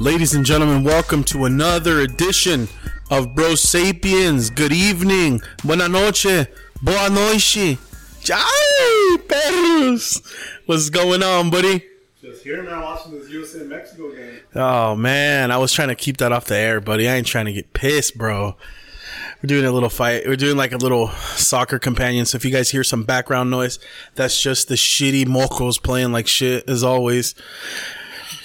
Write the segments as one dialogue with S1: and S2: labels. S1: Ladies and gentlemen, welcome to another edition of Bro Sapiens. Good evening, buena noche, boa noche. Ay, perros. What's going on, buddy?
S2: Just here now watching this USA and Mexico game.
S1: Oh man, I was trying to keep that off the air, buddy. I ain't trying to get pissed, bro. We're doing a little fight. We're doing like a little soccer companion. So if you guys hear some background noise, that's just the shitty mocos playing like shit as always.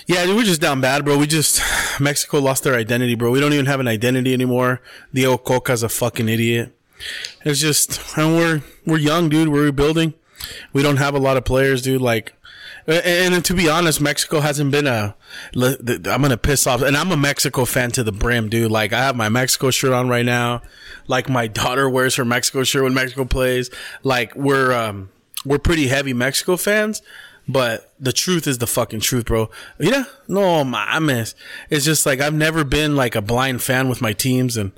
S1: Yeah, dude, we're just down bad, bro. We just Mexico lost their identity, bro. We don't even have an identity anymore. The old Coca's a fucking idiot. It's just, and we're we're young, dude. We're rebuilding. We don't have a lot of players, dude. Like, and, and to be honest, Mexico hasn't been a. le- th- I'm gonna piss off, and I'm a Mexico fan to the brim, dude. Like, I have my Mexico shirt on right now. Like, my daughter wears her Mexico shirt when Mexico plays. Like, we're um we're pretty heavy Mexico fans. But the truth is the fucking truth, bro. Yeah, no mames. It's just like I've never been like a blind fan with my teams, and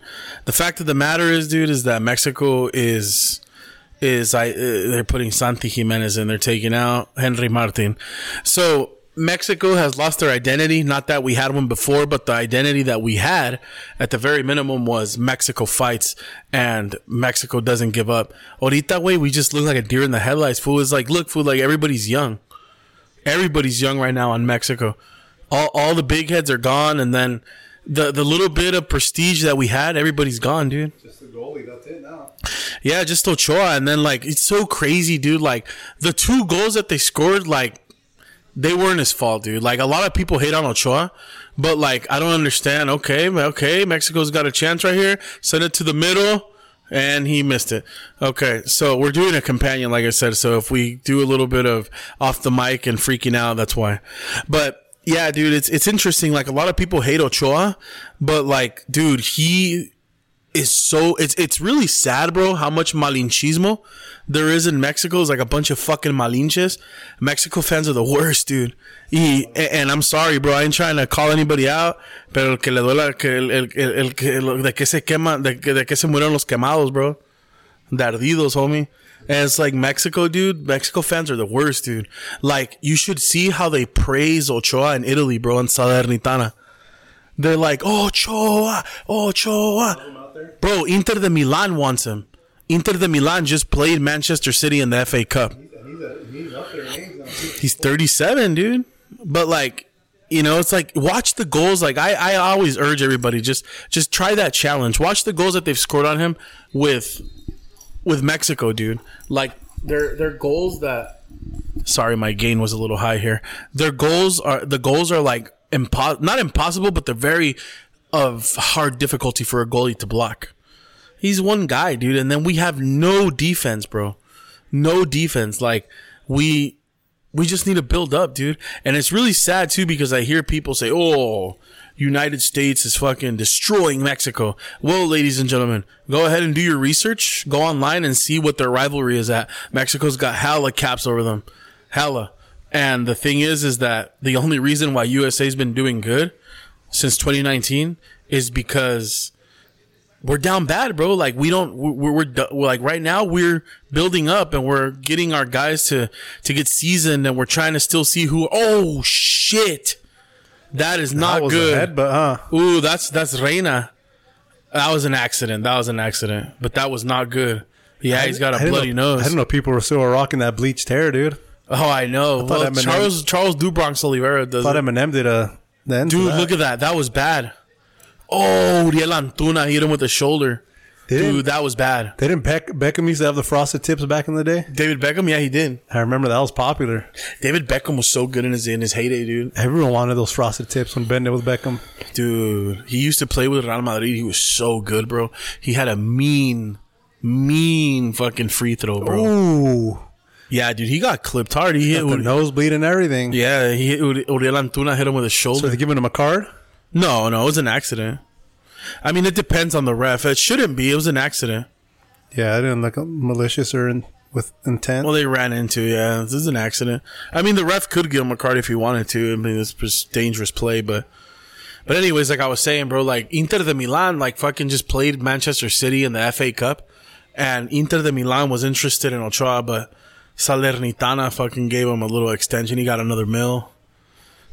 S1: the fact of the matter is, dude, is that Mexico is is I uh, they're putting Santi Jimenez in, they're taking out Henry Martin, so. Mexico has lost their identity. Not that we had one before, but the identity that we had at the very minimum was Mexico fights and Mexico doesn't give up. Ahorita, way, we just look like a deer in the headlights. Fool is like, look, fool, like everybody's young everybody's young right now in Mexico. All all the big heads are gone, and then the the little bit of prestige that we had, everybody's gone, dude.
S2: Just the goalie, that's it now.
S1: Yeah, just Ochoa, and then like it's so crazy, dude. Like the two goals that they scored, like they weren't his fault, dude. Like a lot of people hate on Ochoa, but like I don't understand. Okay, okay, Mexico's got a chance right here. Send it to the middle. And he missed it. Okay, so we're doing a companion, like I said. So if we do a little bit of off the mic and freaking out, that's why. But yeah, dude, it's it's interesting. Like a lot of people hate Ochoa, but like, dude, he is so it's it's really sad, bro, how much malinchismo there is in Mexico. It's like a bunch of fucking malinches. Mexico fans are the worst, dude. Y, and, and I'm sorry, bro. I ain't trying to call anybody out, pero el que le duela que el, el, el, el que lo- de que se quema de que, de que se murieron los quemados, bro. De ardidos, homie. And it's like Mexico, dude. Mexico fans are the worst, dude. Like you should see how they praise Ochoa in Italy, bro, and Salernitana. They're like, "Oh, Ochoa, Ochoa.
S2: Put him out there.
S1: Bro, Inter de Milan wants him. Inter de Milan just played Manchester City in the FA Cup.
S2: He's, and he's, a, he's up there. He's on his
S1: He's 37, dude. But like, you know, it's like watch the goals. Like I, I always urge everybody just just try that challenge. Watch the goals that they've scored on him with with Mexico, dude. Like their their goals that sorry, my gain was a little high here. Their goals are the goals are like impo- not impossible, but they're very of hard difficulty for a goalie to block. He's one guy, dude, and then we have no defense, bro. No defense. Like we we just need to build up, dude. And it's really sad too because I hear people say, "Oh, United States is fucking destroying Mexico." Well, ladies and gentlemen, go ahead and do your research. Go online and see what their rivalry is at. Mexico's got hella caps over them, hella. And the thing is, is that the only reason why USA's been doing good since 2019 is because we're down bad, bro. Like we don't, we're, we're, du- we're like right now we're building up and we're getting our guys to to get seasoned and we're trying to still see who. Oh shit, that is not good.
S2: but huh?
S1: Ooh, that's that's Reina. That was an accident. That was an accident. But that was not good. Yeah, he's got a bloody nose.
S2: know. People were still rocking that bleached hair, dude.
S1: oh, I know. well,
S3: Eminem-
S1: Charles Charles Dubronx Oliveira does.
S3: thought
S1: it.
S3: Eminem did uh, a then.
S1: Dude, look at that. That was bad. Oh, Riel Antuna hit him with the shoulder.
S3: Did-
S1: Dude, that was bad.
S3: They didn't Beck, Beckham used to have the frosted tips back in the day.
S1: David Beckham, yeah, he did.
S3: I remember that was popular.
S1: David Beckham was so good in his in his heyday, dude.
S3: Everyone wanted those frosted tips when bending with Beckham.
S1: Dude, he used to play with Real Madrid. He was so good, bro. He had a mean, mean fucking free throw, bro.
S3: Ooh,
S1: Yeah, dude, he got clipped hard. He hit.
S3: the
S1: Uri-
S3: nosebleed and everything.
S1: yeah, he hit Uri- Uriel Antuna hit him with his
S3: So
S1: shoulder.
S3: they're giving him a card.
S1: No, no, it was an accident. I mean, it depends on the ref. It shouldn't be. It was an accident.
S3: Yeah, it didn't look malicious or in, with intent.
S1: Well, they ran into yeah. This is an accident. I mean, the ref could give him a card if he wanted to. I mean, it's just dangerous play, but but anyways, like I was saying, bro, like Inter de Milan, like fucking just played Manchester City in the FA Cup, and Inter de Milan was interested in Ochoa, but Salernitana fucking gave him a little extension. He got another mil.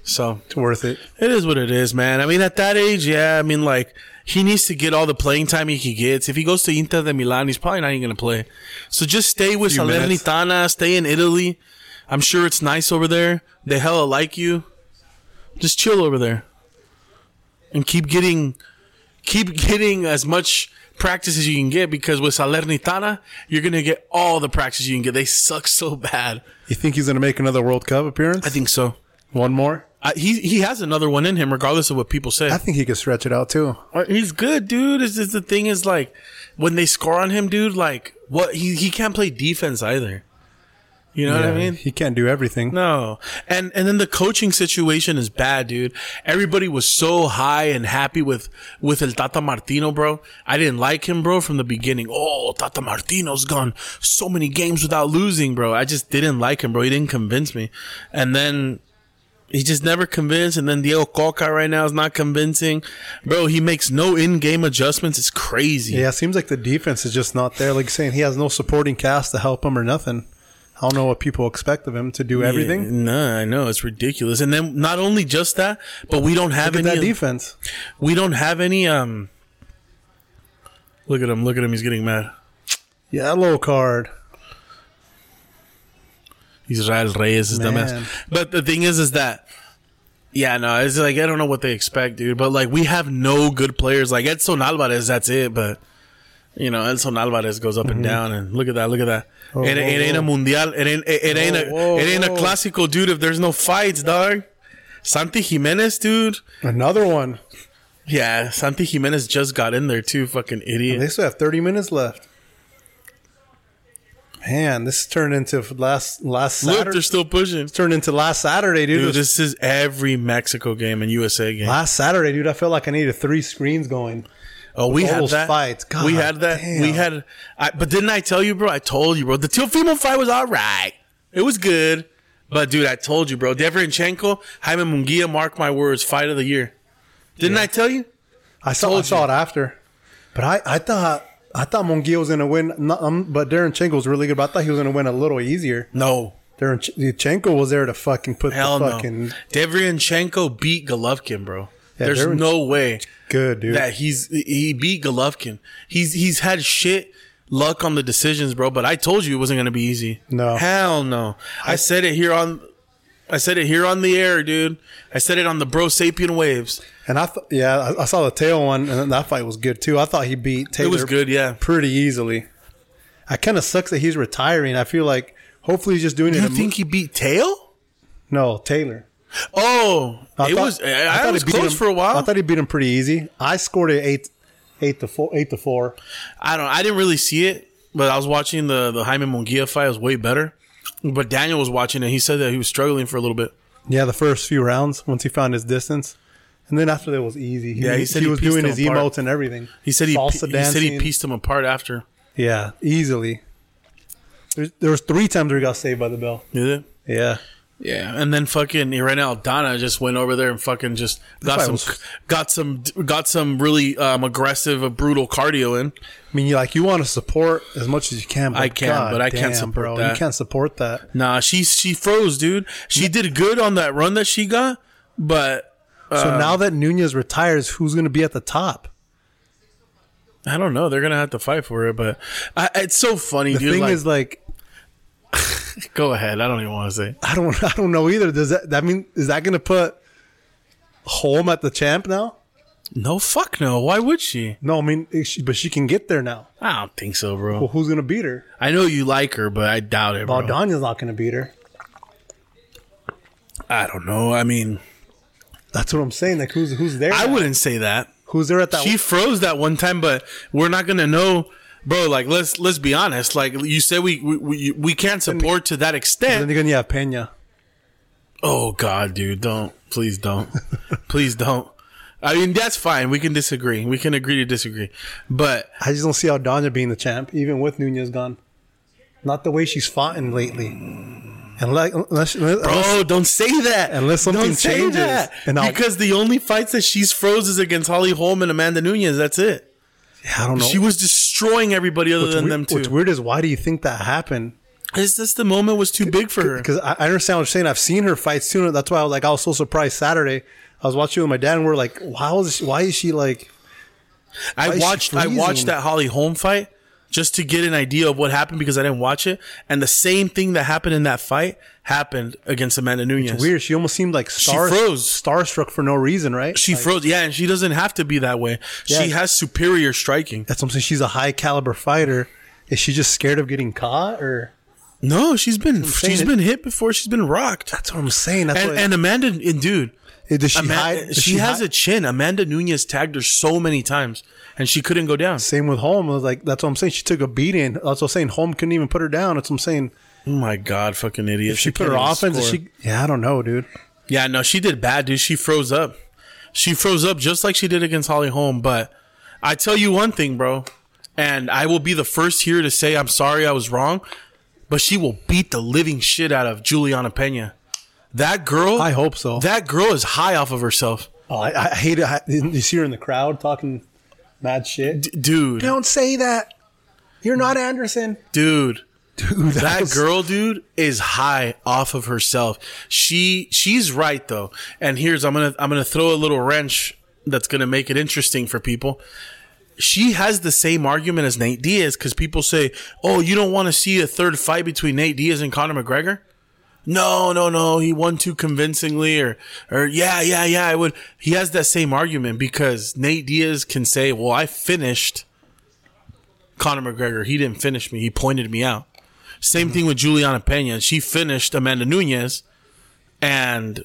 S1: So
S3: It's worth it.
S1: it is what it is, man. I mean, at that age, yeah. I mean, like he needs to get all the playing time he can get. If he goes to Inter de Milan, he's probably not even gonna play. So just stay with
S3: Few minutes.
S1: Salernitana. Stay in Italy. I'm sure it's nice over there. They hella like you. Just chill over there, and keep getting, keep getting as much practice as you can get because with Salernitana, you're gonna get all the practice you can get. They suck so bad.
S3: You think he's going to make another World Cup appearance?
S1: I think so.
S3: One more?
S1: I, he he has another one in him, regardless of what people say.
S3: I think he could stretch it out too.
S1: Uh, He's good, dude. It's just the thing is like when they score on him, dude. Like what he he can't play defense either. You know what I
S3: Yeah,
S1: mean?
S3: he can't do everything.
S1: No, and and then the coaching situation is bad, dude. Everybody was so high and happy with with El Tata Martino, bro. I didn't like him, bro, from the beginning. Oh, Tata Martino's gone so many games without losing, bro. I just didn't like him, bro. He didn't convince me, and then he just never convinced. And then Diego Coca right now is not convincing, bro. He makes no in game adjustments. It's crazy.
S3: Yeah, it seems like the defense is just not there. Like you're saying, he has no supporting cast to help him or nothing. I don't know what people expect of him to do everything.
S1: Yeah, no, I know it's ridiculous. And then not only just that, but we don't have
S3: Look at
S1: any
S3: that
S1: of-
S3: defense.
S1: We don't have any. Um, look at him! Look at him! He's getting mad.
S3: Yellow card.
S1: Israel Reyes is
S3: Man.
S1: dumbass. But the thing is, is that yeah, no, it's like I don't know what they expect, dude. But like we have no good players. Like Edson Alvarez, that's it. But you know, Edson Alvarez goes up and down, and look at that, look at that. it, it
S3: Mm-hmm. Oh, whoa,
S1: ain't a mundial. It ain't. It, it ain't a.
S3: whoa,
S1: it ain't a
S3: whoa.
S1: classical, dude. If there's no fights, dog. Santi Jimenez, dude.
S3: Another one.
S1: Yeah, Santi Jimenez just got in there too. Fucking idiot.
S3: They still have 30 minutes left. Man, this turned into last last
S1: Look,
S3: Saturday.
S1: they're still pushing.
S3: turned into last Saturday, dude. It
S1: Dude,
S3: was
S1: this is every Mexico game and USA game.
S3: last Saturday, dude. I felt like I needed three screens going.
S1: oh, we
S3: all
S1: had
S3: those
S1: that.
S3: fights. God
S1: we had that.
S3: damn.
S1: We had. I, but didn't I tell you, bro? I told you, bro. The Teofimo fight was all right. It was good. But dude, I told you, bro. Deverenchenko, Jaime Munguia, mark my words, fight of the year. Didn't I tell you?
S3: I saw I saw it after, but I, I thought I thought Munguia was going to win. Not, um, but Darren Chenko was really good. But I thought he was going to win a little easier.
S1: No.
S3: Darren Ch- Chenko was there to fucking put
S1: Hell
S3: the
S1: no.
S3: fucking
S1: Deverenchenko beat Golovkin, bro. There's
S3: Deverench-
S1: no way.
S3: good dude.
S1: that he's he beat Golovkin. He's he's had shit luck on the decisions, bro. But I told you it wasn't gonna be easy.
S3: No.
S1: hell no. I, said it here on, I said it here on the air, dude. I said it on the Bro Sapien waves.
S3: and I th- yeah, I, I saw the tail one, and that fight was good too. I thought he beat Taylor.
S1: It was good, yeah.
S3: pretty easily. I kind of sucks that he's retiring. I feel like hopefully he's just doing it.
S1: You
S3: to-
S1: think he beat Tail?
S3: no, Taylor.
S1: Oh,
S3: I
S1: it
S3: thought-
S1: was. I, I
S3: he
S1: was
S3: beat
S1: close
S3: him-
S1: for a while.
S3: I thought he beat him pretty easy. I scored it eight, eight to four, eight to four.
S1: I don't. I didn't really see it, but I was watching the the Jaime Munguia fight. It was way better. But Daniel was watching it. He said that he was struggling for a little bit.
S3: Yeah, the first few rounds once he found his distance, and then after that was easy. He,
S1: Yeah, he
S3: he,
S1: said he
S3: was
S1: pieced
S3: doing
S1: him
S3: his
S1: apart.
S3: emotes and everything.
S1: He said he, he
S3: Salsa
S1: said he
S3: dancing.
S1: pieced him apart after.
S3: Yeah, easily. There's, there was three times where he got saved by the bell.
S1: Did it?
S3: Yeah,
S1: Yeah, and then fucking Irene Aldana just went over there and fucking just got
S3: fight
S1: some,
S3: was-
S1: got some, got some really um, aggressive, uh, brutal cardio in.
S3: I mean, you like you want to support as much as you can. But
S1: I can,
S3: God
S1: but I
S3: damn,
S1: can't support
S3: bro,
S1: that.
S3: You can't support that.
S1: Nah, she she froze, dude. She did good on that run that she got, but
S3: So
S1: Uh,
S3: now that Nunez retires, who's going to be at the top?
S1: I don't know. They're gonna have to fight for it. But I, it's so funny,
S3: The
S1: dude.
S3: thing
S1: like,
S3: is, like,
S1: go ahead. I don't even want to say.
S3: I don't, I don't know either. Does that that mean is that going to put Holm at the champ now?
S1: No, fuck no. Why would she?
S3: No, I mean, is she, but she can get there now.
S1: I don't think so,
S3: Well,
S1: bro.
S3: who's going to beat her?
S1: I know you like her, but I doubt
S3: Oh,
S1: it, bro.
S3: Aldana's not going to beat her.
S1: I don't know. I mean,
S3: That's what I'm saying. Like, who's who's there?
S1: I
S3: now?
S1: wouldn't say that.
S3: Who's there at that?
S1: she froze that one time, but we're not gonna know, bro. Like let's let's be honest. Like you said, we we we, we can't support to that
S3: then
S1: extent.
S3: you're gonna have Pena.
S1: Oh God, dude, don't please don't, please don't. I mean that's fine. We can disagree. We can agree to disagree, but
S3: I just don't see Aldana being the champ, even with Nunez gone. Not the way she's fought in lately. Unless, unless, unless
S1: bro, oh, don't say that
S3: Unless something
S1: Don't say
S3: changes,
S1: that.
S3: and I'll-
S1: because the only fights that she's froze is against Holly Holm and Amanda Nunez. That's it.
S3: Yeah, I don't know.
S1: She was destroying everybody other
S3: What's
S1: than
S3: weir-
S1: them two.
S3: What's weird is why do you think that happened?
S1: It's just the moment was too big for her.
S3: because I, I understand what you're saying. I've seen her fight sooner. That's why I was like, I was so surprised Saturday. I was watching with my dad, and we're like, "Wow, is she, why is she like?" why
S1: I
S3: is she
S1: watched I watched
S3: freezing?
S1: that Holly Holm fight just to get an idea of what happened because I didn't watch it. And the same thing that happened in that fight happened against Amanda Nunez.
S3: Weird. She almost seemed like star
S1: froze.
S3: starstruck for no reason, right?
S1: She froze. Yeah, and she doesn't have to be that way. She
S3: Yeah.
S1: has superior striking.
S3: That's what I'm saying. She's a high caliber fighter. Is she just scared of getting caught, or
S1: No, she's been
S3: saying
S1: she's
S3: it-
S1: been hit before. She's been rocked.
S3: that's what I'm saying? That's
S1: And,
S3: what,
S1: and Amanda, and dude,
S3: does she hide?
S1: Amanda,
S3: does
S1: she, has
S3: hide?
S1: a chin. Amanda Nunez tagged her so many times, and she couldn't go down.
S3: Same with Holm. I was like, that's what I'm saying. She took a beating. That's what I'm saying. Holm couldn't even put her down. That's what I'm saying.
S1: Oh my god, fucking idiot!
S3: She put
S1: can't
S3: her
S1: even
S3: offense.
S1: score.
S3: She, yeah, I don't know, dude.
S1: Yeah, no, she did bad, dude. She froze up. She froze up just like she did against Holly Holm. But I tell you one thing, bro, and I will be the first here to say I'm sorry I was wrong, but she will beat the living shit out of Juliana Pena. That girl,
S3: I hope so.
S1: that girl is high off of herself,
S3: Oh, I, I hate it. I, you see her in the crowd talking mad shit.
S1: D- dude.
S3: Don't say that. You're not Anderson.
S1: Dude,
S3: Dude, that,
S1: that
S3: was-
S1: girl, dude, is high off of herself. She she's right though. And here's I'm gonna I'm gonna throw a little wrench that's gonna make it interesting for people. She has the same argument as Nate Diaz because people say, "Oh, you don't want to see a third fight between Nate Diaz and Conor McGregor." No, no, no. He won too convincingly, or or yeah, yeah, yeah. I would. He has that same argument because Nate Diaz can say, "Well, I finished." Conor McGregor. He didn't finish me. He pointed me out. Same thing with Juliana Pena. She finished Amanda Nunez, and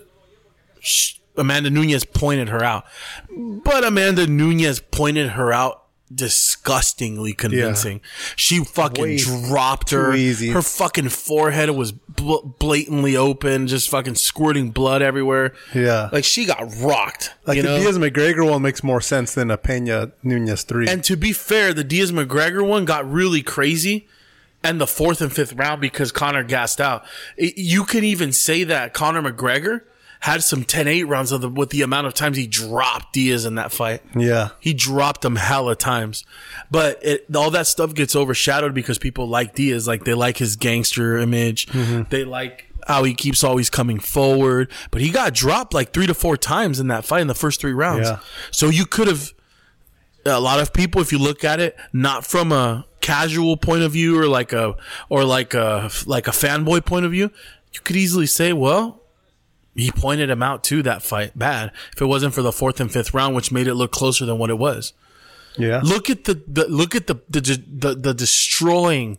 S1: sh Amanda Nunez pointed her out. But Amanda Nunez pointed her out disgustingly convincing. She fucking
S3: Way
S1: dropped her.
S3: easy.
S1: Her fucking forehead was bl- blatantly open, just fucking squirting blood everywhere.
S3: Yeah.
S1: like she got rocked.
S3: Like
S1: you
S3: the
S1: know?
S3: Diaz McGregor one makes more sense than a Pena Nunez three.
S1: And to be fair, the Diaz McGregor one got really crazy, and the fourth and fifth round because Connor gassed out. I- you can even say that Connor McGregor had some 10-8 rounds of the, with the amount of times he dropped Diaz in that fight.
S3: yeah,
S1: He dropped him hella times, but it, all that stuff gets overshadowed because people like Diaz, like they like his gangster image, they like how he keeps always coming forward. But he got dropped like three to four times in that fight in the first three rounds.
S3: Yeah.
S1: So you could have a lot of people, if you look at it, not from a casual point of view or like a or like a like a fanboy point of view, you could easily say, well, he pointed him out to that fight bad if it wasn't for the fourth and fifth round which made it look closer than what it was
S3: yeah.
S1: look at the, the look at the the, the the destroying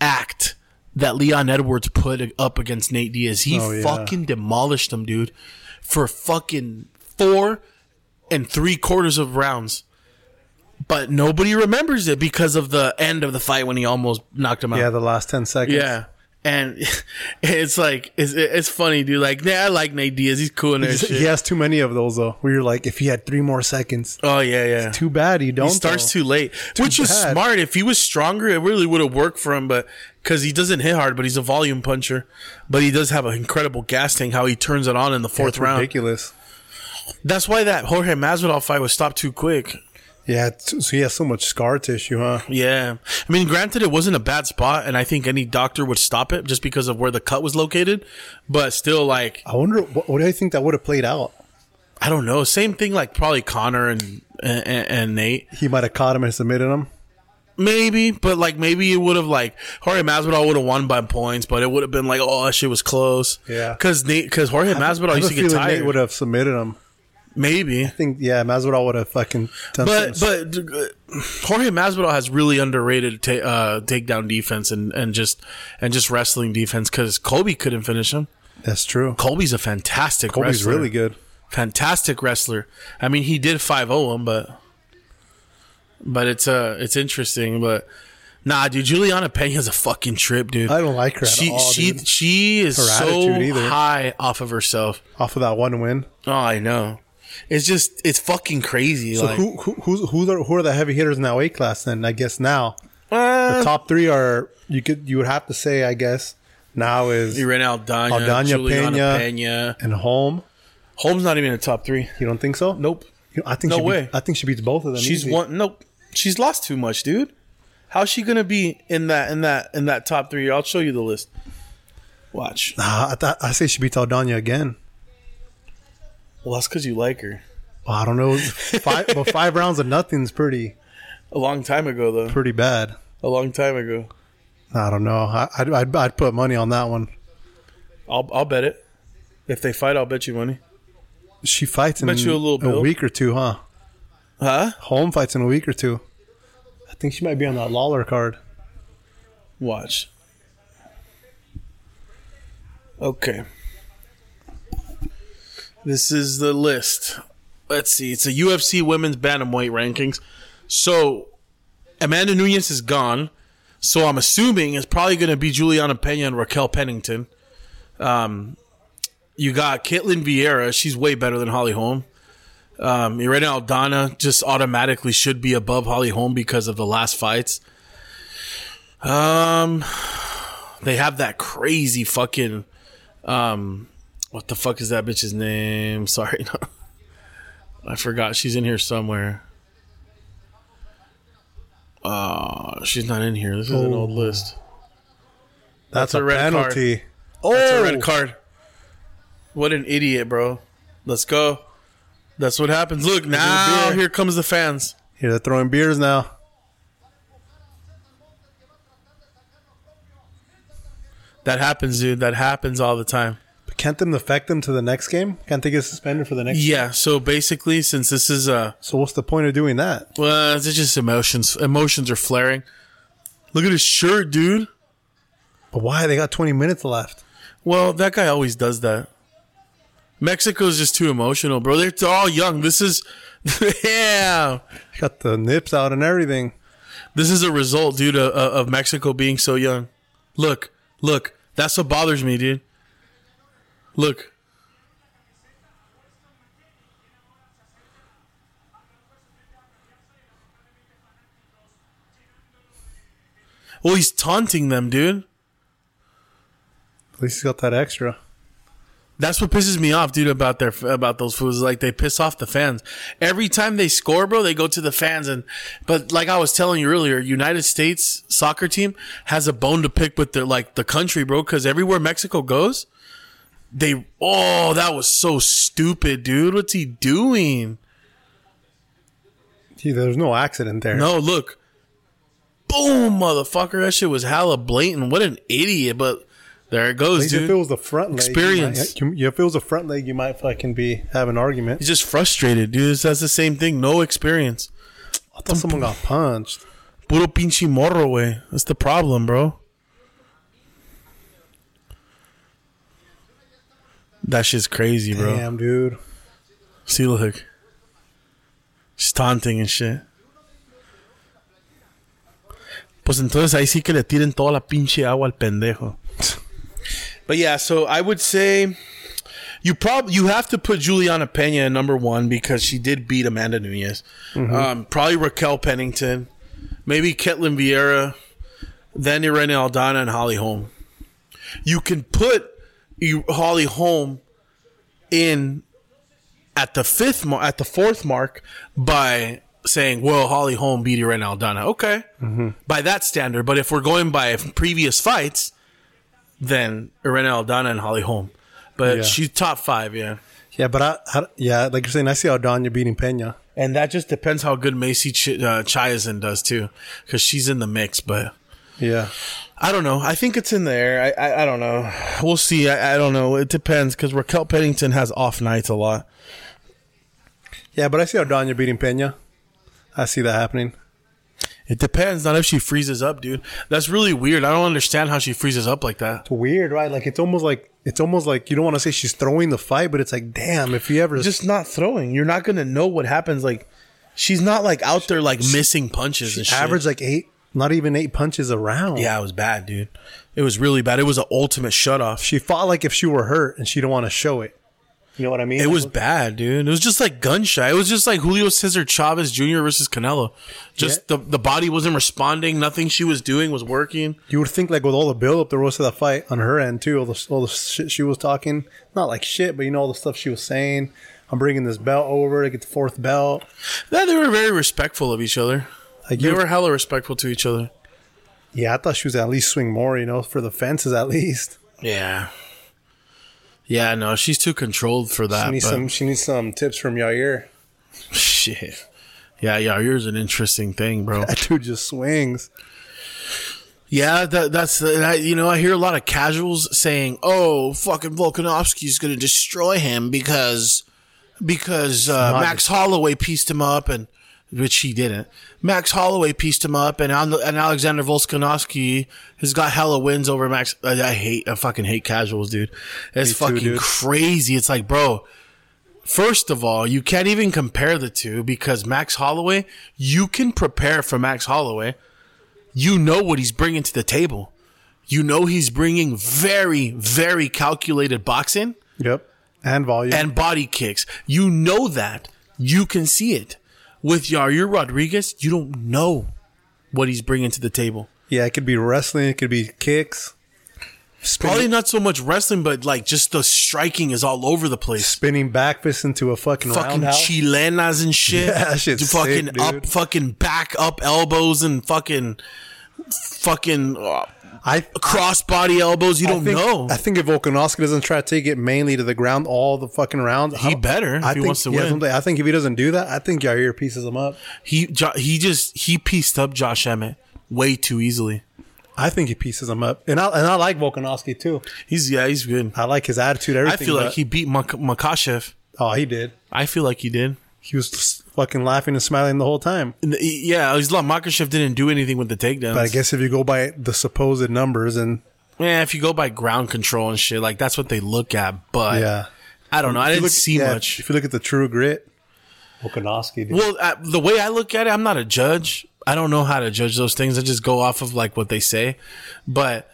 S1: act that leon edwards put up against nate diaz he
S3: Oh, yeah.
S1: fucking demolished him dude for fucking four and three quarters of rounds but nobody remembers it because of the end of the fight when he almost knocked him out
S3: yeah, the last ten seconds.
S1: yeah. And it's like it's it's funny, dude. Like, nah, I like Nate Diaz. He's cool in that shit.
S3: he has too many of those though. Where you're like, if he had three more seconds,
S1: Oh yeah, yeah.
S3: too bad you don't.
S1: he starts
S3: though.
S1: too late, which is
S3: bad.
S1: smart. If he was stronger, it really would have worked for him. But because he doesn't hit hard, but he's a volume puncher. But he does have an incredible gas tank. How he turns it on in the fourth
S3: That's
S1: round.
S3: Ridiculous.
S1: That's why that Jorge Masvidal fight was stopped too quick.
S3: Yeah, t- so he has so much scar tissue, huh?
S1: Yeah, I mean, granted, it wasn't a bad spot, and I think any doctor would stop it just because of where the cut was located. But still, like
S3: I wonder what, what do you think that would have played out.
S1: I don't know. Same thing like probably Connor and and, and Nate,
S3: He might have caught him and submitted him.
S1: maybe. But like maybe it would have like Jorge Masvidal would have won by points, but it would have been like oh that shit was close.
S3: Yeah.
S1: because Nate because Jorge Masvidal
S3: I have
S1: used to
S3: a
S1: get
S3: feeling Nate would
S1: tired.
S3: have submitted him.
S1: Maybe,
S3: I think yeah, Masvidal would have fucking done
S1: but
S3: something.
S1: but uh, Jorge Masvidal has really underrated ta- uh, takedown defense and and just and just wrestling defense because Kobe couldn't finish him.
S3: that's true.
S1: Colby's a fantastic.
S3: Kobe's
S1: wrestler.
S3: really good.
S1: fantastic wrestler. I mean, he did 5-0 him, but but it's uh it's interesting, but nah, dude, Juliana Pena's a fucking trip, dude.
S3: I don't like her at
S1: she
S3: all.
S1: she
S3: dude.
S1: she is
S3: Her
S1: so
S3: attitude either.
S1: high off of herself.
S3: Off of that one win.
S1: Oh, I know. It's just it's fucking crazy.
S3: So
S1: like,
S3: who who who's, who are who are the heavy hitters in that weight class? Then I guess now
S1: uh,
S3: the top three are you could you would have to say I guess now is
S1: you ran Aldana,
S3: Aldana,
S1: Juliana Pena.
S3: Peña.
S1: Pena.
S3: and Holm.
S1: Holmes not even in the top three.
S3: You don't think so?
S1: Nope,
S3: You know, I think
S1: No
S3: she beat-
S1: way.
S3: I think she beats both of them.
S1: she's
S3: easy.
S1: one. Nope, she's lost too much, dude. How's she gonna be in that in that in that top three? I'll show you the list. Watch.
S3: Nah, I, thought, I say she beats Aldana again.
S1: Well, that's because you like her.
S3: Well, I don't know. Five, but five rounds of nothing's pretty
S1: A long time ago, though.
S3: pretty bad.
S1: A long time ago.
S3: I don't know. I, I'd, I'd, I'd put money on that one.
S1: I'll I'll bet it. If they fight, I'll bet you money.
S3: She fights in
S1: Bet you a little bill.
S3: week or two, huh?
S1: Huh?
S3: Home fights in a week or two. I think she might be on that Lawler card.
S1: Watch. Okay. This is the list. Let's see. It's a UFC women's bantamweight rankings. So Amanda Nunez is gone. So I'm assuming it's probably going to be Juliana Pena and Raquel Pennington. Um, you got Caitlin Vieira. She's way better than Holly Holm. Um, right now, Donna just automatically should be above Holly Holm because of the last fights. Um, they have that crazy fucking, um, what the fuck is that bitch's name? Sorry, no. I forgot. She's in here somewhere. Uh, she's not in here. This is an old
S3: Oh.
S1: list.
S3: That's,
S1: a
S3: a,
S1: red
S3: penalty. Oh,
S1: That's a red card. What an idiot, bro. Let's go. That's what happens. Look now,
S3: beer.
S1: here comes the fans.
S3: Here they're throwing beers now.
S1: That happens, dude. That happens all the time.
S3: But can't them affect them to the next game? Can't they get suspended for the next?
S1: Yeah. So basically, since this is uh
S3: So what's the point of doing that?
S1: Well, it's just emotions. Emotions are flaring. Look at his shirt, dude.
S3: But why they got 20 minutes left?
S1: Well, that guy always does that. Mexico's just too emotional, bro. They're they're all young. This is yeah.
S3: They got the nips out and everything.
S1: This is a result, dude, of, of Mexico being so young. Look, look. That's what bothers me, dude. Look. Well, he's taunting them, dude.
S3: At least he's got that extra.
S1: That's what pisses me off, dude, about their about those fools. Like they piss off the fans every time they score, bro. They go to the fans, and but like I was telling you earlier, United States soccer team has a bone to pick with their like the country, bro. Because everywhere Mexico goes, they oh that was so stupid, dude. What's he doing?
S3: Gee, there's no accident there.
S1: No, look, boom, motherfucker. That shit was hella blatant. What an idiot. But there it
S3: At
S1: goes,
S3: least if it
S1: dude.
S3: was the front leg,
S1: Experience.
S3: You might, you- if it was the front leg, you might fucking be have an argument.
S1: He's just frustrated, dude. That's the same thing. No experience.
S3: I thought someone got punched.
S1: Puro pinche morro, way. That's the problem, bro. That shit's crazy, bro.
S3: Damn, dude.
S1: See, look. She's taunting and shit. Pues entonces ahí sí que le tiren toda la pinche agua al pendejo. But yeah, so I would say you probably you have to put Juliana Pena in number one because she did beat Amanda Nunez. Um, probably Raquel Pennington, maybe Ketlin Vieira, then Irene Aldana and Holly Holm. You can put you, Holly Holm in at the fifth mar- at the fourth mark by saying, "Well, Holly Holm beat Irene Aldana." Okay, by that standard. But if we're going by previous fights, then Irene Aldana and Holly Holm. But
S3: Yeah.
S1: she's top five, yeah.
S3: Yeah, but I, I yeah, like you're saying, I see Aldana beating Pena.
S1: And that just depends how good Macy Ch- uh, Chiazin does too, because she's in the mix. But
S3: Yeah,
S1: I don't know. I think it's in there. I I, I don't know. We'll see. I, I don't know. It depends because Raquel Pennington has off nights a lot.
S3: yeah, but I see Aldana beating Pena. I see that happening.
S1: It depends. Not if she freezes up, dude. That's really weird. I don't understand how she freezes up like that.
S3: It's weird, right? Like it's almost like it's almost like you don't want to say she's throwing the fight, but it's like, damn, if you ever
S1: Just not throwing. You're not gonna know what happens. Like, she's not like out there like missing punches and shit.
S3: average like eight, not even eight punches around.
S1: Yeah, it was bad, dude. It was really bad. It was an ultimate shutoff.
S3: she fought like if she were hurt and she don't want to show it. You know what I mean?
S1: It was bad, dude. It was just like gunshot. It was just like Julio Cesar Chavez Jr. versus Canelo. Just the the body wasn't responding. Nothing she was doing was working.
S3: You would think like with all the build up there was to that fight on her end too, all the all the shit she was talking, not like shit, but you know all the stuff she was saying. I'm bringing this belt over to get the fourth belt.
S1: Yeah, they were very respectful of each other.
S3: Like
S1: They
S3: you,
S1: were hella respectful to each other.
S3: Yeah, I thought she was at least swing more, you know, for the fences at least.
S1: Yeah. Yeah, no, she's too controlled for that.
S3: She needs
S1: Ah, but-
S3: some. She needs some tips from Yair.
S1: Shit. Yeah, yeah, yours an interesting thing, bro.
S3: That dude just swings.
S1: Yeah, that, that's that, you know I hear a lot of casuals saying, "Oh, fucking Volkanovski's going to destroy him because because uh,
S3: not
S1: Max Holloway pieced him up and which he didn't. Max Holloway pieced him up and Al- and Alexander Volkanovski has got hella wins over Max. I, I hate I fucking hate casuals, dude. It's
S3: Me too,
S1: fucking
S3: dude.
S1: crazy. It's like, bro. First of all, you can't even compare the two because Max Holloway, you can prepare for Max Holloway you know what he's bringing to the table. You know he's bringing very, very calculated boxing
S3: Yep. And volume.
S1: and body kicks. You know that. You can see it. With Yair Rodriguez, you don't know what he's bringing to the table.
S3: yeah, it could be wrestling. It could be kicks. Spinning,
S1: Probably not so much wrestling, but like just the striking is all over the place.
S3: spinning back fist into a fucking,
S1: Fucking
S3: roundhouse.
S1: chilenas and shit.
S3: Yeah, that shit's
S1: Dude, fucking
S3: sick, dude.
S1: up, fucking back up elbows and fucking, fucking uh,
S3: I
S1: crossbody elbows. You
S3: I
S1: don't
S3: think,
S1: know.
S3: I think if Volkanovski doesn't try to take it mainly to the ground all the fucking rounds,
S1: he
S3: I-
S1: better if
S3: I
S1: he
S3: think,
S1: wants to
S3: yeah,
S1: win.
S3: something- I think if he doesn't do that, I think Yair pieces him up.
S1: He Jo- he just he pieced up Josh Emmett way too easily.
S3: I think he pieces him up, and I and I like Volkanovski too.
S1: He's yeah, he's good.
S3: I like his attitude.
S1: I
S3: Everything.
S1: feel like
S3: but-
S1: he beat Mak- Makashev.
S3: Oh, he did.
S1: I feel like he did.
S3: He was just fucking laughing and smiling the whole time.
S1: And the- Yeah, he's like Makashev didn't do anything with the takedowns.
S3: But I guess if you go by the supposed numbers, and
S1: yeah, if you go by ground control and shit, like that's what they look at. But
S3: yeah,
S1: I don't know. I
S3: If you
S1: didn't
S3: look-
S1: see
S3: yeah,
S1: much.
S3: If you look at the true grit, Volkanovski. Dude.
S1: Well, uh, the way I look at it, I'm not a judge. I don't know how to judge those things. I just go off of like what they say. But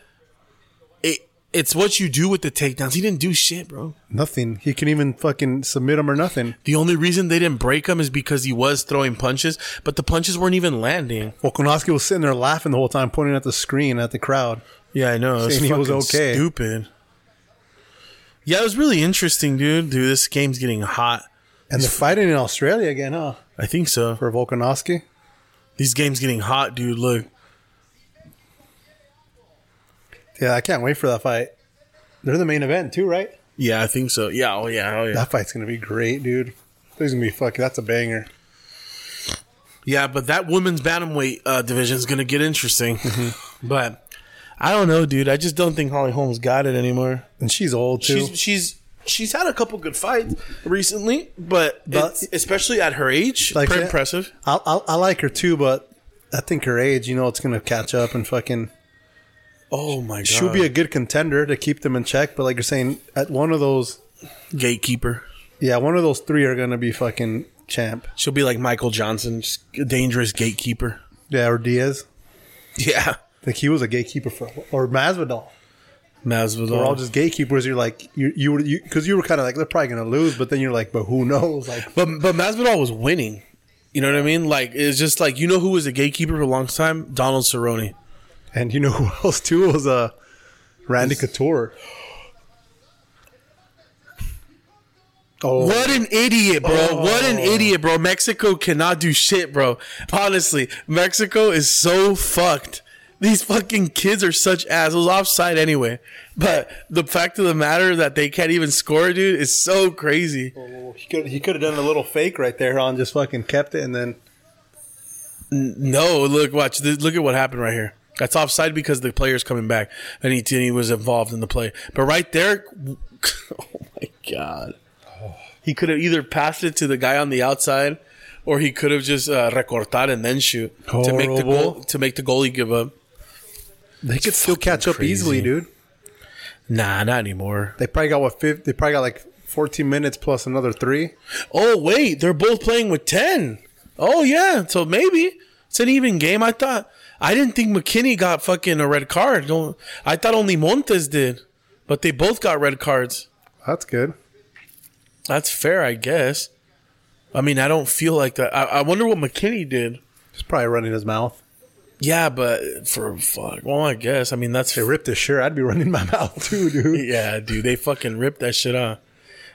S1: it it's what you do with the takedowns. He didn't do shit, bro.
S3: Nothing. He can even fucking submit him or nothing.
S1: The only reason they didn't break him is because he was throwing punches, but the punches weren't even landing.
S3: Volkanovski was sitting there laughing the whole time, pointing at the screen at the crowd.
S1: Yeah, I know.
S3: Saying he was okay.
S1: Stupid. Yeah, it was really interesting, dude. Dude, this game's getting hot.
S3: And they're fighting in Australia again, huh?
S1: I think so.
S3: For Volkanovski.
S1: These games getting hot, dude. Look,
S3: Yeah, I can't wait for that fight. They're the main event too, right?
S1: yeah, I think so. Yeah, oh yeah, oh yeah.
S3: That fight's gonna be great, dude. There's gonna be fucking. That's a banger.
S1: Yeah, but that women's bantamweight uh, division is gonna get interesting. but I don't know, dude. I just don't think Holly Holmes got it anymore.
S3: And she's old too.
S1: She's she's she's had a couple good fights recently, but, it's, especially at her age,
S3: Like
S1: pretty
S3: that-
S1: impressive.
S3: I, I I like her too, but I think her age, you know, it's gonna catch up and fucking.
S1: Oh my god,
S3: She'll be a good contender to keep them in check, but like you're saying, at one of those,
S1: gatekeeper.
S3: yeah, one of those three are gonna be fucking champ.
S1: She'll be like Michael Johnson, just a dangerous gatekeeper.
S3: Yeah, or Diaz.
S1: Yeah,
S3: Like he was a gatekeeper for, or Masvidal.
S1: Masvidal.
S3: We're all just gatekeepers. You're like you you were you because you were kind of like they're probably gonna lose, but then you're like, but who knows? Like
S1: but but Masvidal was winning. You know what I mean? Like it's just like you know who was a gatekeeper for a long time? Donald Cerrone.
S3: And you know who else too was uh Randy Couture. Oh,
S1: What an idiot, bro!
S3: Oh.
S1: What an idiot, bro! Mexico cannot do shit, bro. Honestly, Mexico is so fucked. These fucking kids are such assholes. Offside anyway, but the fact of the matter that they can't even score, dude, is so crazy.
S3: Oh, he could he could have done a little fake right there on just fucking kept it and then
S1: No, look, watch. Th- Look at what happened right here. That's offside because the player's coming back, and he, and he was involved in the play. But right there, oh my god, he could have either passed it to the guy on the outside, or he could have just uh, recortar and then shoot to make the
S3: Horrible.
S1: goal to make the goalie give up.
S3: they could still catch up
S1: crazy.
S3: easily, dude.
S1: Nah, not anymore.
S3: They probably got what fifth they probably got like 14 minutes plus another 3.
S1: Oh wait, they're both playing with ten. Oh yeah, so maybe it's an even game. I thought I didn't think McKinney got fucking a red card. Don't I thought only Montes did, but they both got red cards.
S3: That's good.
S1: That's fair, I guess. I mean, I don't feel like that. I, I wonder what McKinney did.
S3: He's probably running his mouth.
S1: Yeah, but for fuck, well, I guess. I mean, that's
S3: They ripped his shirt. I'd be running my mouth too, dude.
S1: yeah, dude. They fucking ripped that shit off.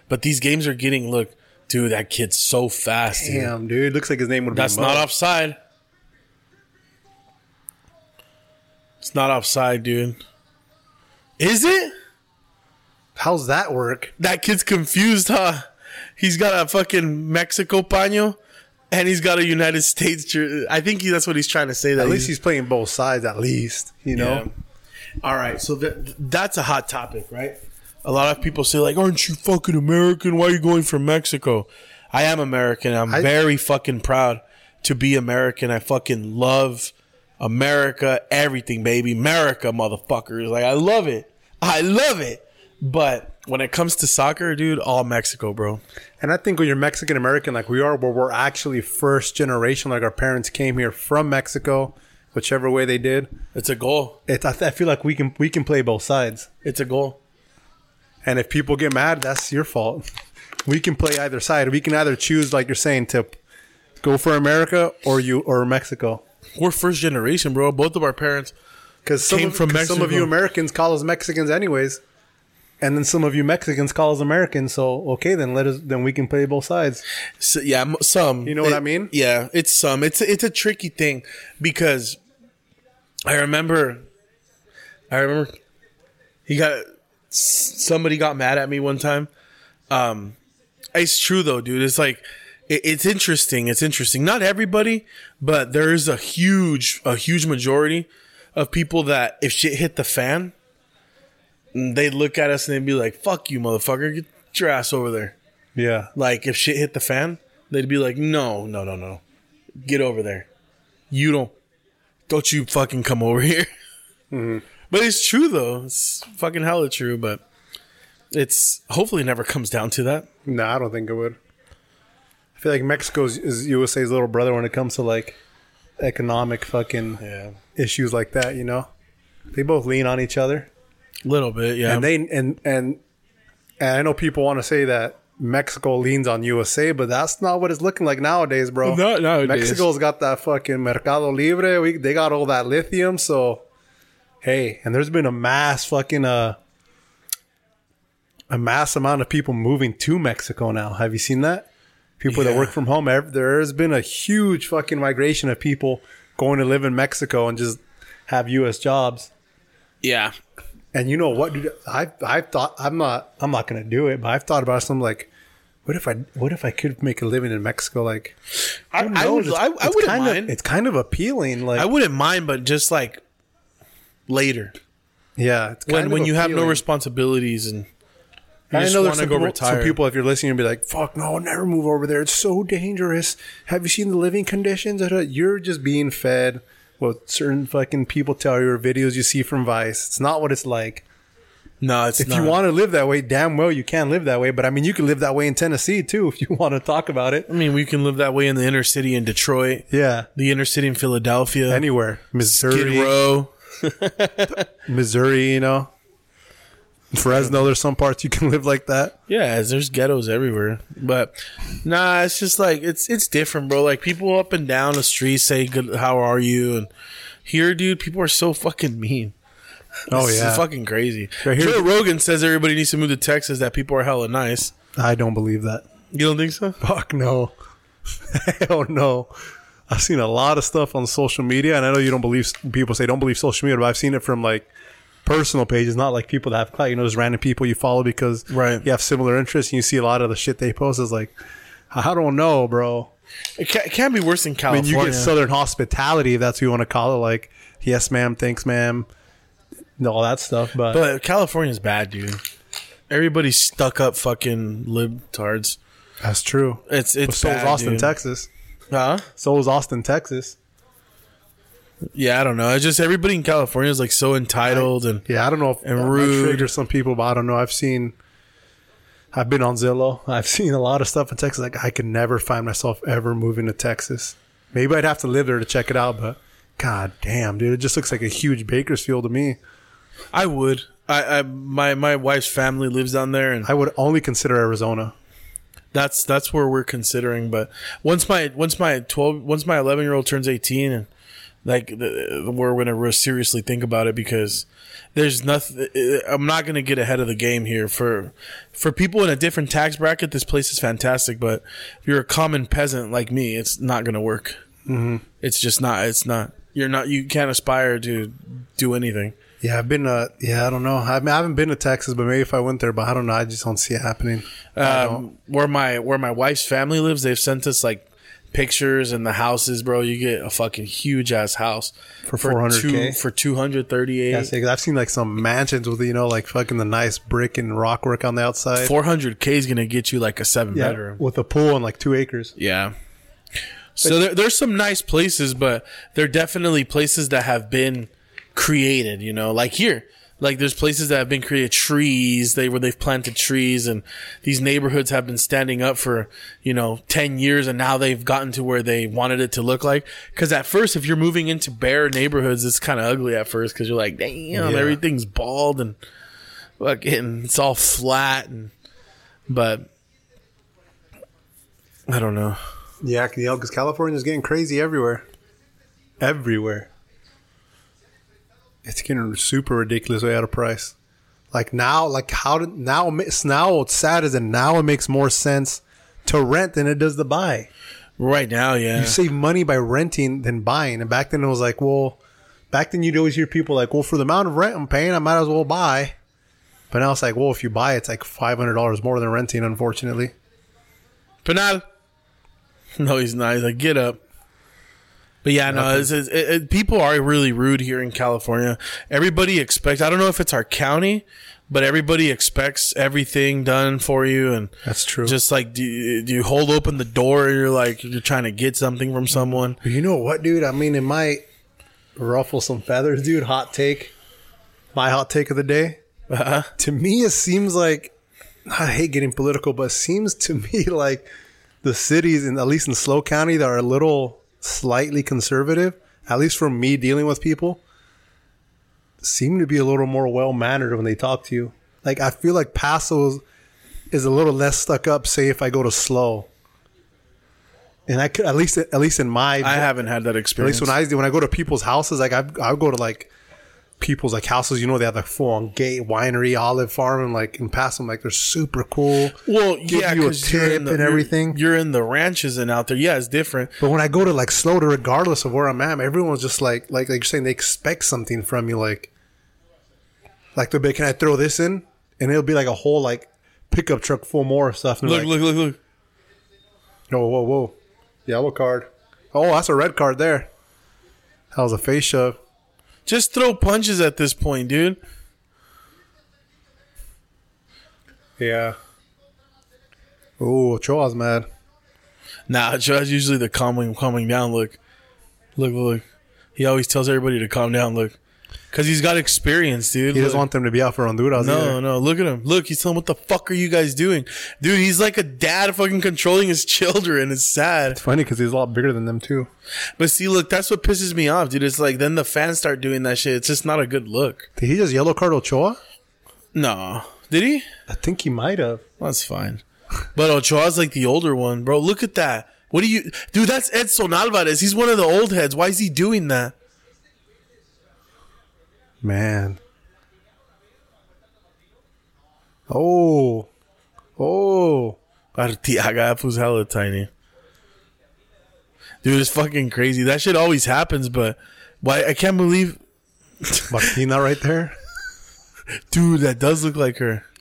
S1: But these games are getting look, dude. That kid's so fast. dude.
S3: Damn, dude. Looks like his name would
S1: That's
S3: be
S1: not
S3: Mo.
S1: offside. It's not offside, dude. Is it?
S3: How's that work?
S1: That kid's confused, huh? He's got a fucking Mexico paño, and he's got a United States. jer- I think he, that's what he's trying to say. That
S3: At least he's playing both sides. At least you know.
S1: Yeah. All right, so that that's a hot topic, right? A lot of people say like, "Aren't you fucking American? Why are you going from Mexico?" I am American. I'm
S3: I-
S1: very fucking proud to be American. I fucking love America, everything, baby. America, motherfuckers. Like I love it. I love it. But when it comes to soccer, dude, all Mexico, bro.
S3: And I think when you're Mexican American, like we are, where we're actually first generation, like our parents came here from Mexico, whichever way they did.
S1: It's a goal.
S3: It's I, I feel like we can we can play both sides.
S1: It's a goal.
S3: And if people get mad, that's your fault. We can play either side. We can either choose, like you're saying, to go for America or you or Mexico.
S1: We're first generation, bro. Both of our parents
S3: Because some,
S1: Came
S3: of-
S1: from
S3: 'cause some of
S1: Mexico.
S3: you Americans call us Mexicans, anyways, and then some of you Mexicans call us Americans. So okay, then let us. Then we can play both sides.
S1: So, yeah, m- some.
S3: You know what
S1: It-
S3: I mean?
S1: Yeah, it's some. It's it's a tricky thing because I remember, I remember he got s- somebody got mad at me one time. Um, it's true though, dude. It's like it, it's interesting. It's interesting. Not everybody, but there is a huge a huge majority of people that if shit hit the fan, they'd look at us and they'd be like, "Fuck you, motherfucker! Get your ass over there."
S3: Yeah,
S1: Like if shit hit the fan, they'd be like, "No, no, no, no, get over there. You don't, don't you fucking come over here."
S3: Mm-hmm.
S1: But it's true though. It's fucking hella true. But it's hopefully it never comes down to that.
S3: no, I don't think it would. I feel like Mexico's is USA's little brother when it comes to like economic fucking
S1: Yeah,
S3: issues like that. You know, they both lean on each other.
S1: little bit. Yeah,
S3: and they and and and I know people want to say that Mexico leans on USA, but that's not what it's looking like nowadays, bro.
S1: No- nowadays.
S3: Mexico's got that fucking Mercado Libre. We they got all that lithium, so hey, and there's been a mass fucking uh a mass amount of people moving to Mexico now. Have you seen that? People that
S1: Yeah.
S3: work from home. ev- There's been a huge fucking migration of people going to live in Mexico and just have U.S. jobs.
S1: yeah.
S3: And you know what, dude? I I thought I'm not I'm not gonna do it, but I've thought about some like, what if I what if I could make a living in Mexico? Like,
S1: I,
S3: who
S1: I would.
S3: knows?
S1: I, I wouldn't
S3: kind
S1: mind.
S3: Of, it's kind of appealing. Like,
S1: I wouldn't mind, but just like later
S3: yeah, it's
S1: when
S3: kind
S1: when
S3: of
S1: you have no
S3: appealing.
S1: responsibilities and you
S3: I
S1: just
S3: know
S1: want
S3: there's
S1: to
S3: some
S1: go
S3: people,
S1: retire.
S3: some people, if you're listening, you'll be like, "Fuck no, I'll never move over there. It's so dangerous. Have you seen the living conditions?" Da, da. You're just being fed what certain fucking people tell you or videos you see from Vice. It's not what it's like.
S1: no, it's
S3: If you want to live that way, damn well you can live that way. But I mean, you can live that way in Tennessee too if you want to talk about it.
S1: I mean, we can live that way in the inner city in Detroit.
S3: Yeah,
S1: the inner city in Philadelphia,
S3: anywhere,
S1: Skid
S3: Missouri,
S1: Row.
S3: Missouri, you know, Fresno. There's some parts you can live like that.
S1: Yeah, as there's ghettos everywhere, but nah, it's just like it's it's different, bro. Like people up and down the street say, "Good, how are you?" And here, dude, people are so fucking mean.
S3: Oh
S1: It's
S3: yeah,
S1: fucking crazy.
S3: Right here-
S1: Joe Rogan says everybody needs to move to Texas. That people are hella nice.
S3: I don't believe that.
S1: You don't think so?
S3: Fuck no, hell no. I've seen a lot of stuff on social media, and I know you don't believe people say don't believe social media, but I've seen it from like personal pages, not like people that have clout. You know, just random people you follow because
S1: Right.
S3: you have similar interests, and you see a lot of the shit they post is like, I don't know, bro.
S1: It ca- it can't be worse than
S3: I mean,
S1: California.
S3: you get Southern hospitality, if that's what you want to call it. Like, yes, ma'am, thanks, ma'am, and all that stuff. But,
S1: but California's bad, dude. Everybody's stuck up, fucking libtards.
S3: that's true.
S1: It's it's
S3: So is
S1: bad,
S3: Austin,
S1: dude.
S3: Texas.
S1: Huh?
S3: So is Austin, Texas.
S1: Yeah, I don't know. It's just everybody in California is like so entitled and
S3: Yeah, I don't know if
S1: And
S3: that might
S1: rude.
S3: trigger some people, but I don't know. I've seen, I've been on Zillow. I've seen a lot of stuff in Texas. Like, I could never find myself ever moving to Texas. Maybe I'd have to live there to check it out, but god damn, dude, it just looks like a huge Bakersfield to me.
S1: I would. I, I my my wife's family lives down there, and
S3: I would only consider Arizona.
S1: that's that's where we're considering. But once my once my twelve once my eleven year old turns eighteen, and like the, the- we're gonna re- seriously think about it because there's nothing. I'm not gonna get ahead of the game here for for people in a different tax bracket. This place is fantastic, but if you're a common peasant like me, it's not gonna work. It's just not. It's not. You're not. You can't aspire to do anything.
S3: Yeah, I've been. Uh, yeah, I don't know. I, mean, I haven't been to Texas, but maybe if I went there, but I don't know. I just don't see it happening. I don't.
S1: um, where my where my wife's family lives, they've sent us like pictures and the houses, bro. You get a fucking huge ass house
S3: For 400K?
S1: two- for two hundred thirty
S3: Yeah,
S1: eight.
S3: see, 'cause I've seen like some mansions with you know like fucking the nice brick and rock work on the outside.
S1: Four hundred K is gonna get you like a seven
S3: yeah,
S1: bedroom.
S3: with a pool and like two acres.
S1: Yeah. So there, there's some nice places, but they're definitely places that have been created. You know, like here, like there's places that have been created trees. They where they've planted trees, and these neighborhoods have been standing up for you know ten years, and now they've gotten to where they wanted it to look like. Because at first, if you're moving into bare neighborhoods, it's kind of ugly at first because you're like, damn, everything's bald and fucking it's all flat and but. I don't know.
S3: Yeah, you know, because California's getting crazy everywhere. Everywhere. It's getting super ridiculous way out of price. Like now, like how did now? It's now it's sad is that now it makes more sense to rent than it does to buy.
S1: Right now, yeah.
S3: You save money by renting than buying. And back then it was like, well, back then you'd always hear people like, well, for the amount of rent I'm paying, I might as well buy. But now it's like, well, if you buy, it's like five hundred dollars more than renting. Unfortunately,
S1: Penal. No, he's not. He's like, get up. But yeah, no, it's, it's, it, it, people are really rude here in California. Everybody expects, I don't know if it's our county, but everybody expects everything done for you. And
S3: that's true.
S1: just like, do you, do you hold open the door? You're like, you're trying to get something from someone.
S3: But you know what, dude? I mean, it might ruffle some feathers, dude. Hot take. My hot take of the day.
S1: Uh-huh.
S3: To me, it seems like I hate getting political, but it seems to me like the cities, in at least in Slow County, that are a little slightly conservative, at least from me dealing with people, seem to be a little more well mannered when they talk to you. Like I feel like Paso is, is a little less stuck up. Say if I go to Slow. And I could at least at least in my
S1: I haven't had that
S3: at
S1: experience.
S3: least when I when I go to people's houses, like I I go to like people's like houses, you know, they have like full on gate winery, olive farm, and like in Paso, I'm like they're super cool.
S1: well,
S3: give
S1: yeah,
S3: you a
S1: 'cause you're
S3: tip
S1: in the,
S3: and
S1: you're-
S3: everything.
S1: You're in the ranches and out there. Yeah, it's different.
S3: But when I go to like Slota, regardless of where I'm at, everyone's just like like like you're saying they expect something from you, like like they'll be, can I throw this in? And it'll be like a whole like pickup truck full more of stuff. And
S1: Look,
S3: look,
S1: look, look, look.
S3: oh whoa whoa, yellow card. Oh, that's a red card there. That was a face shove.
S1: Just throw punches at this point, dude.
S3: Yeah. Oh, Choa's mad.
S1: Nah, Joe's usually the calming, calming down look. Look, look, look. He always tells everybody to calm down. Look, because he's got experience, dude.
S3: He doesn't
S1: Look.
S3: want them to be out for Honduras.
S1: No,
S3: either.
S1: no. Look at him. Look, he's telling, "What the fuck are you guys doing, dude?" He's like a dad, fucking controlling his children. It's sad.
S3: Funny because he's a lot bigger than them too.
S1: But see, look, that's what pisses me off, dude. It's like then the fans start doing that shit. It's just not a good look.
S3: Did he just yellow card Ochoa?
S1: No, did he?
S3: I think he might have.
S1: That's fine. But Ochoa's like the older one, bro. Look at that. What do you, dude? That's Edson Alvarez. He's one of the old heads. Why is he doing that?
S3: Man. Oh, oh,
S1: Artiaga, that fool's hella tiny. Dude, it's fucking crazy. That shit always happens, but why? I can't believe,
S3: Martina right there.
S1: dude, that does look like her.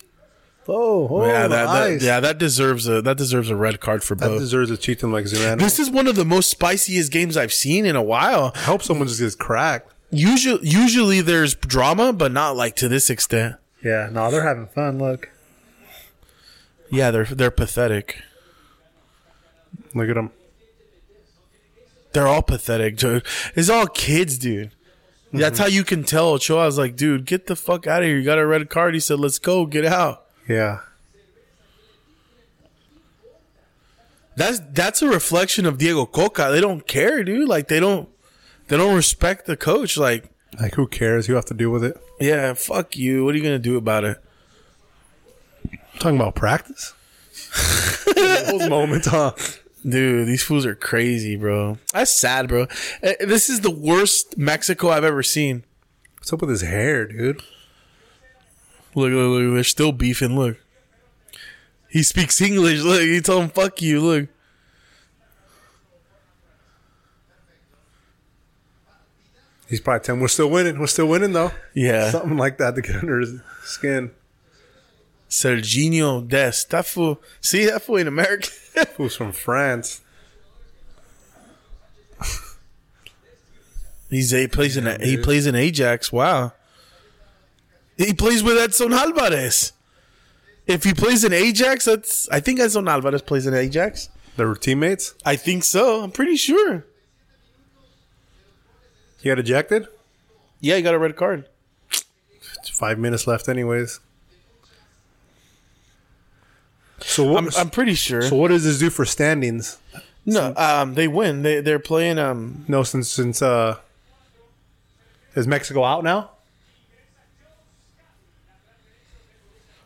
S3: Oh, oh,
S1: yeah, that, that
S3: nice.
S1: yeah, that deserves a that deserves a red card for
S3: that
S1: both.
S3: deserves a cheating like Zidane.
S1: this is one of the most spiciest games I've seen in a while.
S3: I hope someone just gets cracked.
S1: Usually, usually there's drama, but not like to this extent.
S3: Yeah, no, they're having fun. Look,
S1: Yeah, they're they're pathetic.
S3: look at them.
S1: They're all pathetic, dude. It's all kids, dude.
S3: Mm-hmm.
S1: That's how you can tell. Ochoa was like, dude, get the fuck out of here. You got a red card. He said, let's go, get out.
S3: Yeah,
S1: That's that's a reflection of Diego Coca. They don't care, dude. Like they don't they don't respect the coach. Like,
S3: like who cares? You have to deal with it.
S1: yeah, fuck you. What are you gonna do about it?
S3: talking about practice. Those moments, huh?
S1: Dude, these fools are crazy, bro. That's sad, bro. Eh, This is the worst Mexico I've ever seen.
S3: What's up with his hair, dude?
S1: Look, look, look. They're still beefing. Look. He speaks English. Look, he told him, fuck you. Look.
S3: He's probably ten. We're still winning. We're still winning though.
S1: Yeah.
S3: Something like that to get under his skin.
S1: Serginho Dest. That fool. See, that fool in America.
S3: Who's from France?
S1: He's he plays in he plays in Ajax. Wow. He plays with Edson Alvarez. If he plays in Ajax, that's I think Edson Alvarez plays in Ajax.
S3: They were teammates.
S1: I think so. I'm pretty sure.
S3: He got ejected.
S1: Yeah, he got a red card.
S3: It's five minutes left, anyways. So what?
S1: I'm, I'm pretty sure.
S3: so what does this do for standings?
S1: No, um, they win. They they're playing. Um,
S3: No, since since uh, is Mexico out now?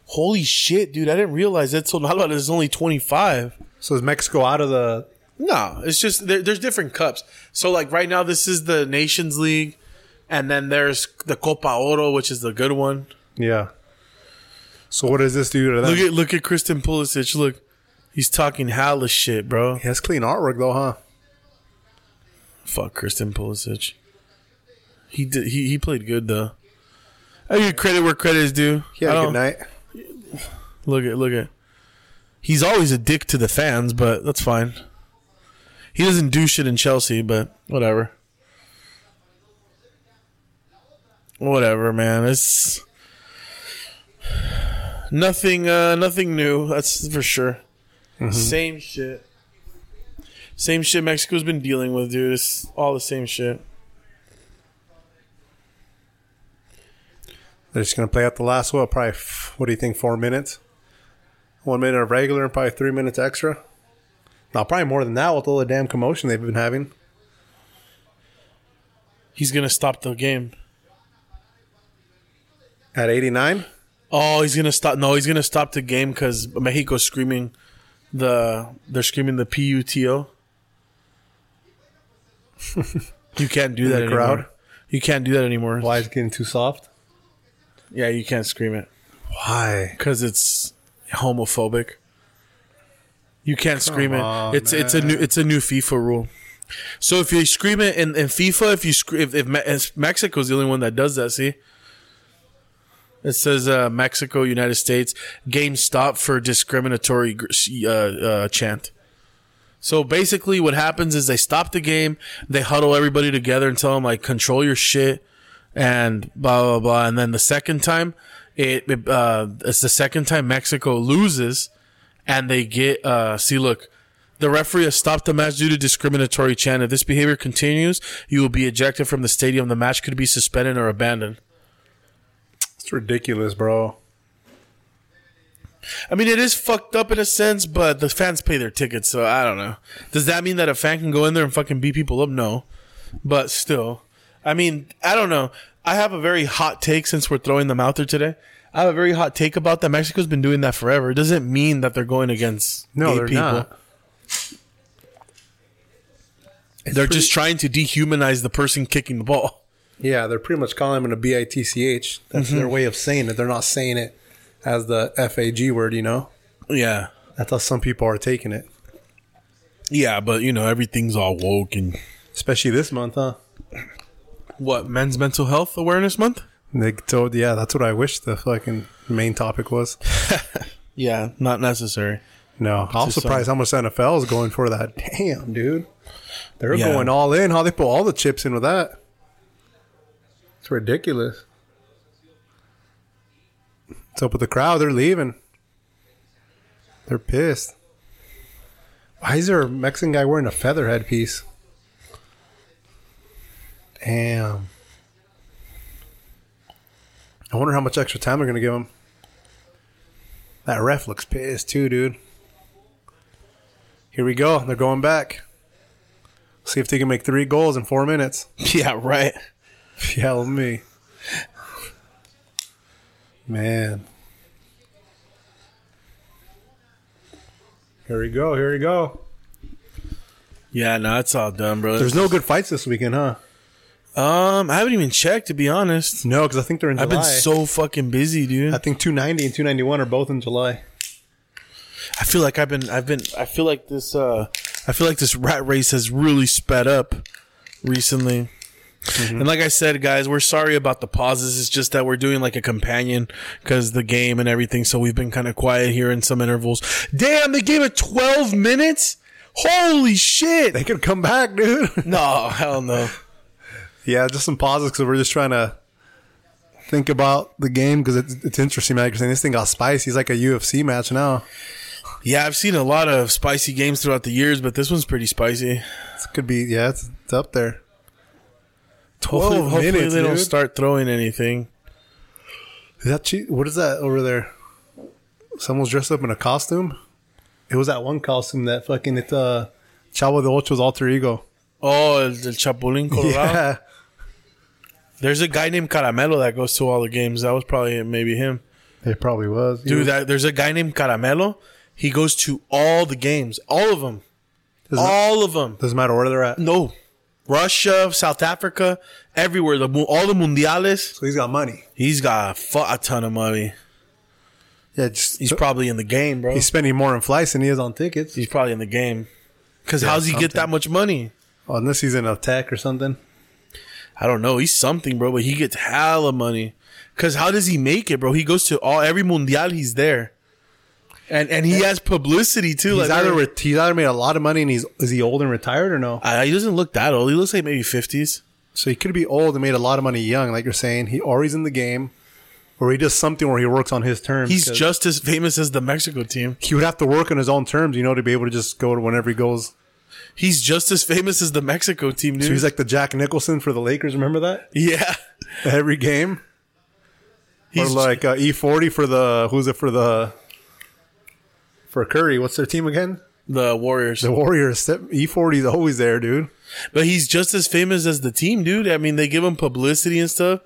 S1: holy shit, dude! I didn't realize Edson Alvarez is only 25.
S3: So is Mexico out of the?
S1: No, it's just there, there's different cups. So like right now, this is the Nations League, and then there's the Copa Oro, which is the good one.
S3: Yeah. So what does this do to them?
S1: Look at look at Kristen Pulisic. Look, he's talking hella shit, bro.
S3: he has clean artwork though, huh?
S1: Fuck Kristen Pulisic. He did. He he played good though. I give credit where credit is due. I
S3: Yeah.
S1: don't-
S3: Good night.
S1: Look at look at. He's always a dick to the fans, but that's fine. He doesn't do shit in Chelsea, but whatever. Whatever, man. It's nothing uh nothing new, that's for sure. Same shit. Same shit Mexico's been dealing with, dude. It's all the same shit.
S3: They're just gonna play out the last what? Probably f- what do you think? Four minutes, one minute of regular, and probably three minutes extra. Now probably more than that with all the damn commotion they've been having.
S1: He's gonna stop the game.
S3: At eighty nine,
S1: Oh, he's gonna stop. No, he's gonna stop the game because Mexico's screaming the they're screaming the puto. you can't do that
S3: the
S1: anymore.
S3: crowd?
S1: You can't do that anymore.
S3: why is it getting too soft?
S1: Yeah, you can't scream it
S3: Why?
S1: because it's homophobic. You can't scream it.
S3: on,
S1: it's it's a new it's a new FIFA rule. So if you scream it in, in FIFA, if you scream, if, if, Me- if Mexico's the only one that does that, see, it says uh, Mexico, United States, game stop for discriminatory gr- uh, uh, chant. So basically, what happens is they stop the game, they huddle everybody together and tell them like control your shit, and blah blah blah. And then the second time, it, it uh, it's the second time Mexico loses, and they get uh, see look. The referee has stopped the match due to discriminatory chant. If this behavior continues, you will be ejected from the stadium. The match could be suspended or abandoned.
S3: It's ridiculous, bro.
S1: I mean, it is fucked up in a sense, but the fans pay their tickets, so I don't know. Does that mean that a fan can go in there and fucking beat people up? No. But still, I mean, I don't know. I have a very hot take since we're throwing them out there today. I have a very hot take about that. Mexico's been doing that forever. It doesn't mean that they're going against
S3: No,
S1: gay
S3: they're
S1: people.
S3: not.
S1: They're just trying to dehumanize the person kicking the ball.
S3: Yeah, they're pretty much calling him a bitch. That's their way of saying it. They're not saying it as the fag word, you know.
S1: Yeah.
S3: That's how some people are taking it,
S1: Yeah, but you know, everything's all woke and
S3: especially this month, huh?
S1: what, men's mental health awareness month?
S3: They told, yeah, that's what I wish the fucking main topic was.
S1: Yeah, not necessary.
S3: No, I'm
S1: just
S3: surprised how much NFL is going for that. Damn, dude, they're
S1: Yeah.
S3: going all in. How they put all the chips in with that? It's ridiculous. What's up with the crowd? They're leaving. They're pissed. Why is there a Mexican guy wearing a feather headpiece? Damn. I wonder how much extra time they're going to give him. That ref looks pissed too, dude. Here we go. They're going back. See if they can make three goals in four minutes.
S1: Yeah, right.
S3: Yell me. Man. Here we go. Here we go.
S1: Yeah, no, it's all done, bro.
S3: There's no good fights this weekend, huh?
S1: Um, I haven't even checked to be honest.
S3: No, because I think they're in July.
S1: I've been so fucking busy, dude.
S3: I think 290 and 291 are both in July.
S1: I feel like I've been, I've been, I feel like this, uh, I feel like this rat race has really sped up recently. And like I said, guys, we're sorry about the pauses. It's just that we're doing like a companion because the game and everything. So we've been kind of quiet here in some intervals. Damn, they gave it 12 minutes? Holy shit.
S3: They could come back, dude.
S1: No, hell no.
S3: Yeah, just some pauses because we're just trying to think about the game because it's, it's interesting, man. Because this thing got spicy. It's like a UFC match now.
S1: Yeah, I've seen a lot of spicy games throughout the years, but this one's pretty spicy.
S3: This could be, yeah, it's, it's up there. Twelve
S1: Hopefully, Oh, hopefully
S3: minutes,
S1: they don't
S3: dude.
S1: start throwing anything.
S3: Is that cheap? What is that over there? Someone's dressed up in a costume. It was that one costume that fucking it. Uh, Chavo de Ocho's alter ego.
S1: Oh, El, El Chapulín Colorado.
S3: Yeah,
S1: There's a guy named Caramelo that goes to all the games. That was probably maybe him.
S3: it probably was,
S1: Dude, that, there's a guy named Caramelo. He goes to all the games, all of them,
S3: Doesn't,
S1: all of them.
S3: doesn't matter where they're at.
S1: No, Russia, South Africa, everywhere. The mu- all the mundiales.
S3: So he's got money.
S1: He's got a, fu- a ton of money.
S3: Yeah, just
S1: He's
S3: he's,
S1: probably in the game, bro. He's,
S3: spending more on flights than he is on tickets.
S1: probably in the game. Because how's he get
S3: something.
S1: that much money?
S3: Oh, unless he's in a tech or something.
S1: I don't know. He's something, bro. But he gets hella money. Cause how does he make it, bro? He goes to all every mundial. He's there, and and he has publicity too.
S3: He's
S1: like uh,
S3: either re- he's either made a lot of money and he's is he old and retired or no?
S1: I- he doesn't look that old. He looks like maybe fifties.
S3: So he could be old and made a lot of money young, like you're saying. He or he's in the game, or he does something where he works on his terms.
S1: He's
S3: 'cause
S1: just as famous as the Mexico team.
S3: he would have to work on his own terms, you know, to be able to just go to whenever he goes.
S1: He's just as famous as the Mexico team, dude.
S3: So he's like the Jack Nicholson for the Lakers. Remember that
S1: yeah,
S3: every game,
S1: he's
S3: or like uh, E forty for the who's it for the for Curry? What's their team again?
S1: the Warriors.
S3: The Warriors. E forty is always there, dude.
S1: But he's just as famous as the team, dude. I mean, they give him publicity and stuff.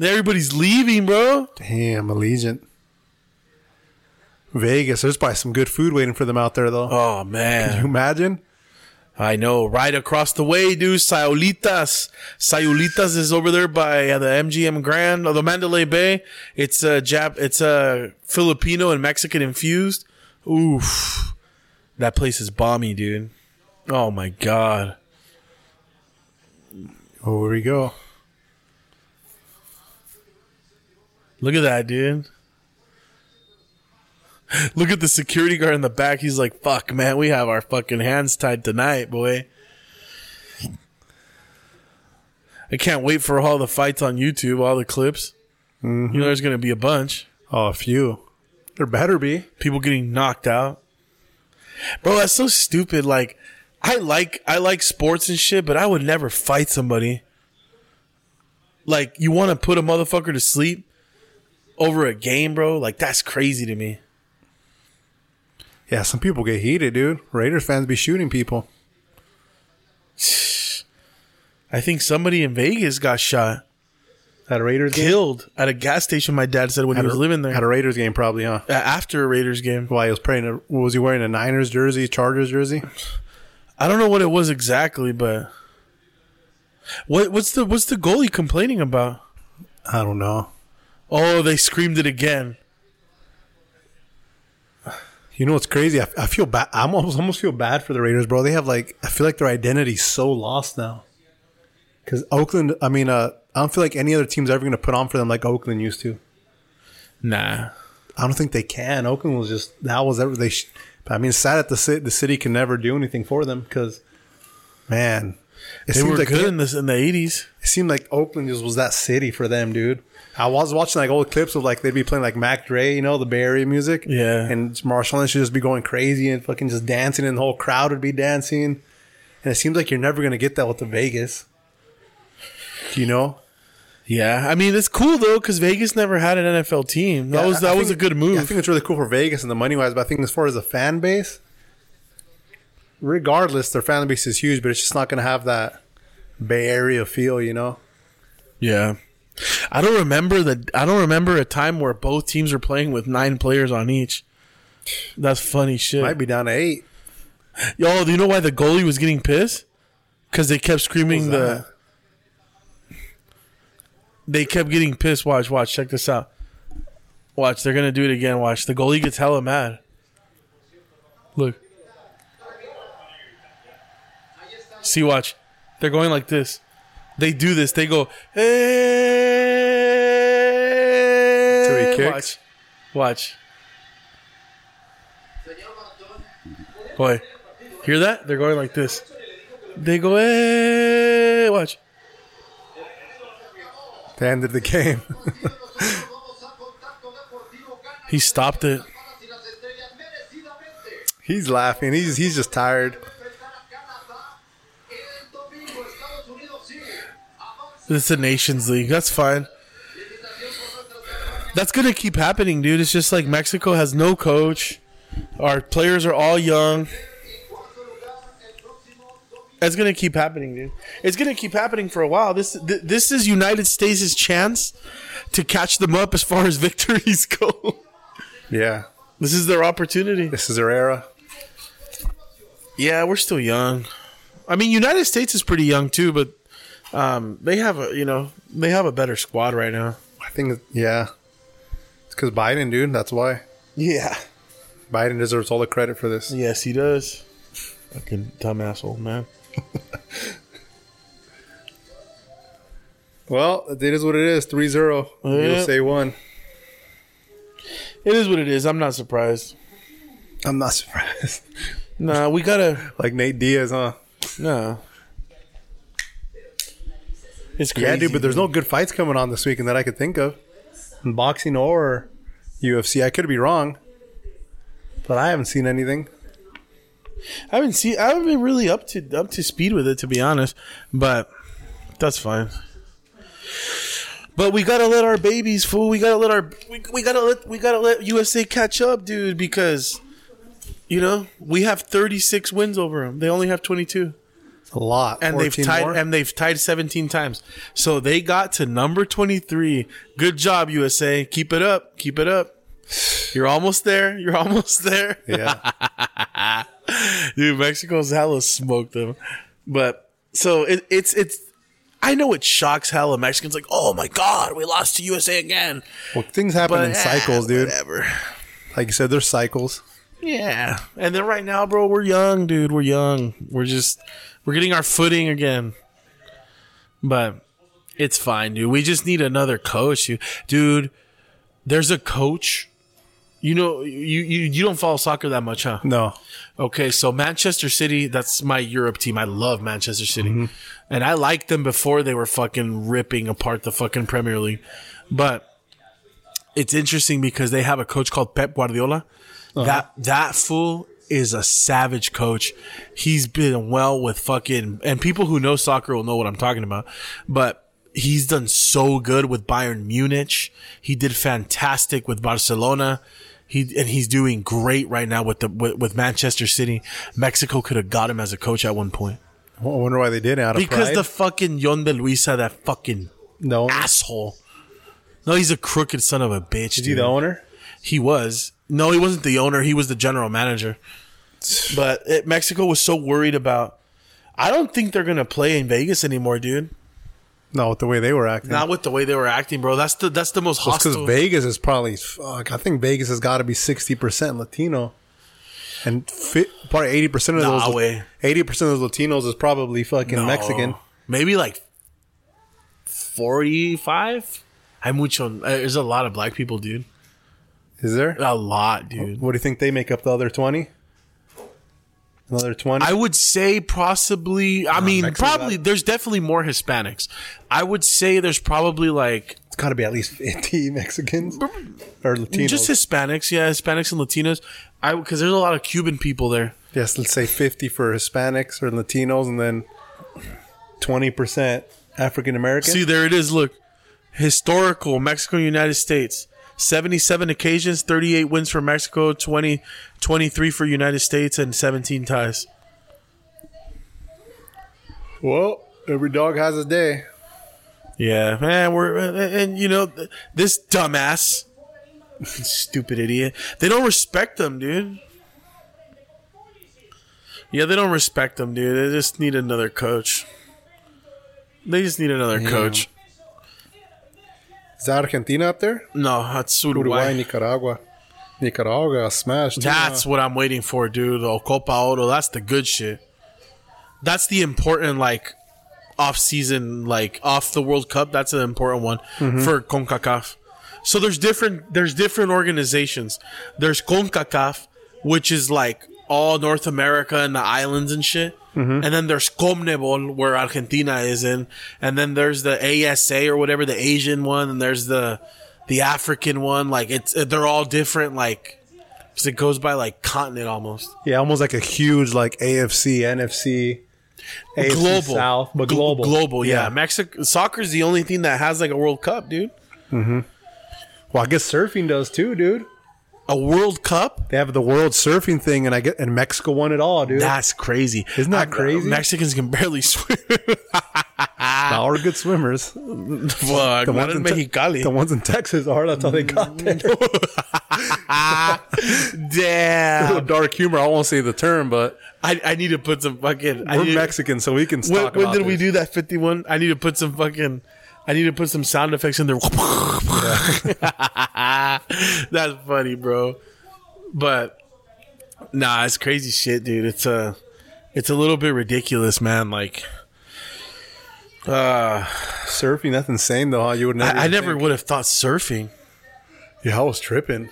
S1: Everybody's leaving, bro.
S3: Damn, Allegiant. Vegas. There's probably some good food waiting for them out there, though.
S1: Oh man,
S3: Imagine.
S1: I know. Right across the way, dude. Sayulitas. Sayulitas is over there by uh, the MGM Grand or the Mandalay Bay. It's a uh, Jap. It's uh, Filipino and Mexican infused. Oof, that place is balmy, dude. Oh my god.
S3: Oh, here we go.
S1: Look at that, dude. Look at the security guard in the back. He's like, fuck, man, we have our fucking hands tied tonight, boy. I can't wait for all the fights on YouTube, all the clips. You know, there's going to be a bunch.
S3: Oh, a few. There better be.
S1: People getting knocked out. Bro, that's so stupid. Like, I like I like sports and shit, but I would never fight somebody. Like, you want to put a motherfucker to sleep over a game, bro? Like, that's crazy to me.
S3: Yeah, some people get heated, dude. Raiders fans be shooting people.
S1: I think somebody in Vegas got shot,
S3: At a Raiders game?
S1: killed at a gas station. My dad said when he was living there
S3: At a Raiders game, probably, huh?
S1: A- after a Raiders game.
S3: Why he was praying? To, was he wearing a Niners jersey, Chargers jersey?
S1: I don't know what it was exactly, but what what's the what's the goalie complaining about?
S3: I don't know.
S1: Oh, they screamed it again.
S3: You know what's crazy? I, I feel bad. I almost almost feel bad for the Raiders, bro. They have like I feel like their identity's so lost now. Because Oakland, I mean, uh, I don't feel like any other team's ever going to put on for them like Oakland used to.
S1: Nah,
S3: I don't think they can. Oakland was just that was ever they. Sh- but I mean, it's sad that the city the city can never do anything for them because, man, it
S1: they
S3: seems
S1: were
S3: like
S1: good
S3: they-
S1: in this in the eighties.
S3: it seemed like Oakland just was that city for them, dude. I was watching like old clips of like they'd be playing like Mac Dre, you know, the Bay Area music.
S1: Yeah.
S3: And Marshall and should just be going crazy and fucking just dancing and the whole crowd would be dancing. And it seems like you're never gonna get that with the Vegas. You know?
S1: Yeah, I mean it's cool though because Vegas never had an NFL team. That was
S3: I- I
S1: that was a
S3: think-
S1: good move.
S3: yeah, I think it's really cool for Vegas and the money wise, but I think as far as the fan base, regardless, their fan base is huge, but it's just not gonna have that Bay Area feel, you know?
S1: yeah. I don't remember the I don't remember a time where both teams were playing with nine players on each. That's funny shit.
S3: Might be down to eight.
S1: Yo, do you know why the goalie was getting pissed? Because they kept screaming
S3: What was
S1: the. They kept getting pissed. Watch, watch, check this out. Watch, they're gonna do it again. Watch, the goalie gets hella mad. Look. See, watch, they're going like this. they do this. They go, "Eh, hey,
S3: Till he kicks?
S1: watch, watch. Boy, hear that? They're going like this. They go, hey, watch.
S3: The end of the game.
S1: He stopped it.
S3: he's laughing. He's he's just tired.
S1: It's the Nations League. That's fine. That's gonna keep happening, dude. It's just like Mexico has no coach. Our players are all young. That's gonna keep happening, dude. It's gonna keep happening for a while. This th- this is United States' chance to catch them up as far as victories go.
S3: Yeah,
S1: this is their opportunity.
S3: this is their era.
S1: Yeah, we're still young. I mean, United States is pretty young too, but um, they have a you know they have a better squad right now.
S3: I think. Yeah, it's because Biden, dude. That's why
S1: Yeah.
S3: Biden deserves all the credit for this.
S1: Yes, he does. Fucking dumbass old man.
S3: Well, it is what it is. 3-0.
S1: Yeah.
S3: You'll say one.
S1: It is what it is. I'm not surprised.
S3: I'm not surprised.
S1: Nah, we gotta.
S3: like Nate Diaz, huh?
S1: Nah. It's crazy.
S3: Yeah, dude, but there's no good fights coming on this weekend that I could think of. In boxing or UFC. I could be wrong. But I haven't seen anything.
S1: I haven't seen. I haven't been really up to up to speed with it, to be honest. But that's fine. But we gotta let our babies fool. We gotta let our we, we gotta let we gotta let USA catch up, dude. Because you know we have 36 wins over them. They only have 22.
S3: It's a lot.
S1: and they've
S3: 14
S1: tied
S3: more.
S1: and they've tied 17 times. So they got to number 23. Good job USA. Keep it up. Keep it up. You're almost there. You're almost there.
S3: yeah.
S1: Dude, Mexico's hella smoked them. But so it, it's it's I know it shocks hella Mexicans like, "Oh my god, we lost to USA again."
S3: Well, things happen
S1: But
S3: in
S1: eh,
S3: cycles, dude.
S1: Whatever.
S3: Like you said, there's cycles.
S1: Yeah. And then right now, bro, we're young, dude. We're young. We're just we're getting our footing again. But it's fine, dude. We just need another coach. You- Dude, there's a coach. You know, you, you you don't follow soccer that much, huh?
S3: No.
S1: Okay, so Manchester City, that's my Europe team. I love Manchester City. And I liked them before they were fucking ripping apart the fucking Premier League. But it's interesting because they have a coach called Pep Guardiola.
S3: Uh-huh.
S1: That that fool is a savage coach. He's been well with fucking and people who know soccer will know what I'm talking about. But he's done so good with Bayern Munich. He did fantastic with Barcelona. He and he's doing great right now with the with, with Manchester City. Mexico could have got him as a coach at one point
S3: I wonder why they did it out of
S1: because
S3: pride. Ah,
S1: the fucking Yon de Luisa, that fucking
S3: no.
S1: asshole. No, he's a crooked son of a bitch.
S3: Is he the owner?
S1: He was. No, he wasn't the owner. He was the general manager. But it, Mexico was so worried about. I don't think they're gonna play in Vegas anymore, dude.
S3: No, with the way they were acting.
S1: Not with the way they were acting, bro. That's the that's the most
S3: because
S1: hostile.
S3: Vegas is probably fuck. I think Vegas has got to be sixty percent Latino, and fi probably eighty percent of
S1: Nah,
S3: those
S1: way.
S3: eighty percent of those Latinos is probably fucking
S1: No.
S3: Mexican.
S1: Oh, Maybe like forty five. Hay mucho. Eh, There's a lot of black people, dude.
S3: Is there?
S1: A lot, dude.
S3: What do you think they make up the other twenty? Another twenty.
S1: I would say possibly. I mean,
S3: Mexican
S1: probably.
S3: guy.
S1: There's definitely more Hispanics. I would say there's probably like
S3: It's got to be at least fifty Mexicans or Latinos.
S1: Just Hispanics, yeah, Hispanics and Latinos. I because there's a lot of Cuban people there.
S3: yes, let's say fifty for Hispanics or Latinos, and then twenty percent African American.
S1: See, there it is. Look, historical Mexico United States. 77 occasions, 38 wins for Mexico, 20 23 for United States and 17 ties.
S3: Well, every dog has a day.
S1: Yeah, man, we're and, and you know th- this dumbass stupid idiot. They don't respect them, dude. Yeah, they don't respect them, dude. They just need another coach. They just need another coach.
S3: Is that Argentina up there?
S1: No, that's
S3: Uruguay,
S1: Uruguay.
S3: Nicaragua. Nicaragua smashed.
S1: That's what I'm waiting for, dude. The Copa Oro, that's the good shit. That's the important, like, off season, like off the World Cup. That's an important one for CONCACAF. So there's different there's different organizations. There's CONCACAF, which is like all North America and the islands and shit. And then there's CONMEBOL, where Argentina is in. And then there's the ASA or whatever, the Asian one. And there's the the African one. Like it's they're all different. Like 'cause it goes by like continent almost.
S3: Yeah, almost like a huge like AFC, NFC, AFC
S1: global
S3: South, but
S1: Gl-
S3: global,
S1: global yeah, mexico soccer's the only thing that has like a world cup dude
S3: Well, I guess surfing does too, dude.
S1: a world cup
S3: They have the world surfing thing, and I get and Mexico won it all, dude.
S1: that's crazy
S3: Isn't that
S1: I-
S3: crazy?
S1: mexicans can barely swim
S3: Now we're good swimmers.
S1: Fuck, not in
S3: Te-
S1: Mexicali.
S3: the ones in Texas are. That's how they got
S1: Mm,
S3: there.
S1: damn
S3: Dark humor. I won't say the term, but
S1: I, I need to put some fucking I
S3: we're
S1: need to-
S3: Mexican, so we can
S1: when,
S3: talk
S1: when
S3: about
S1: did we
S3: this.
S1: do that 51 i need to put some fucking i need to put some sound effects in there that's funny bro but nah it's crazy shit dude it's uh it's a little bit ridiculous man like uh
S3: surfing? That's insane, though. Huh? You would never.
S1: i, I
S3: even
S1: never
S3: think.
S1: would have thought surfing
S3: Yeah, I was tripping.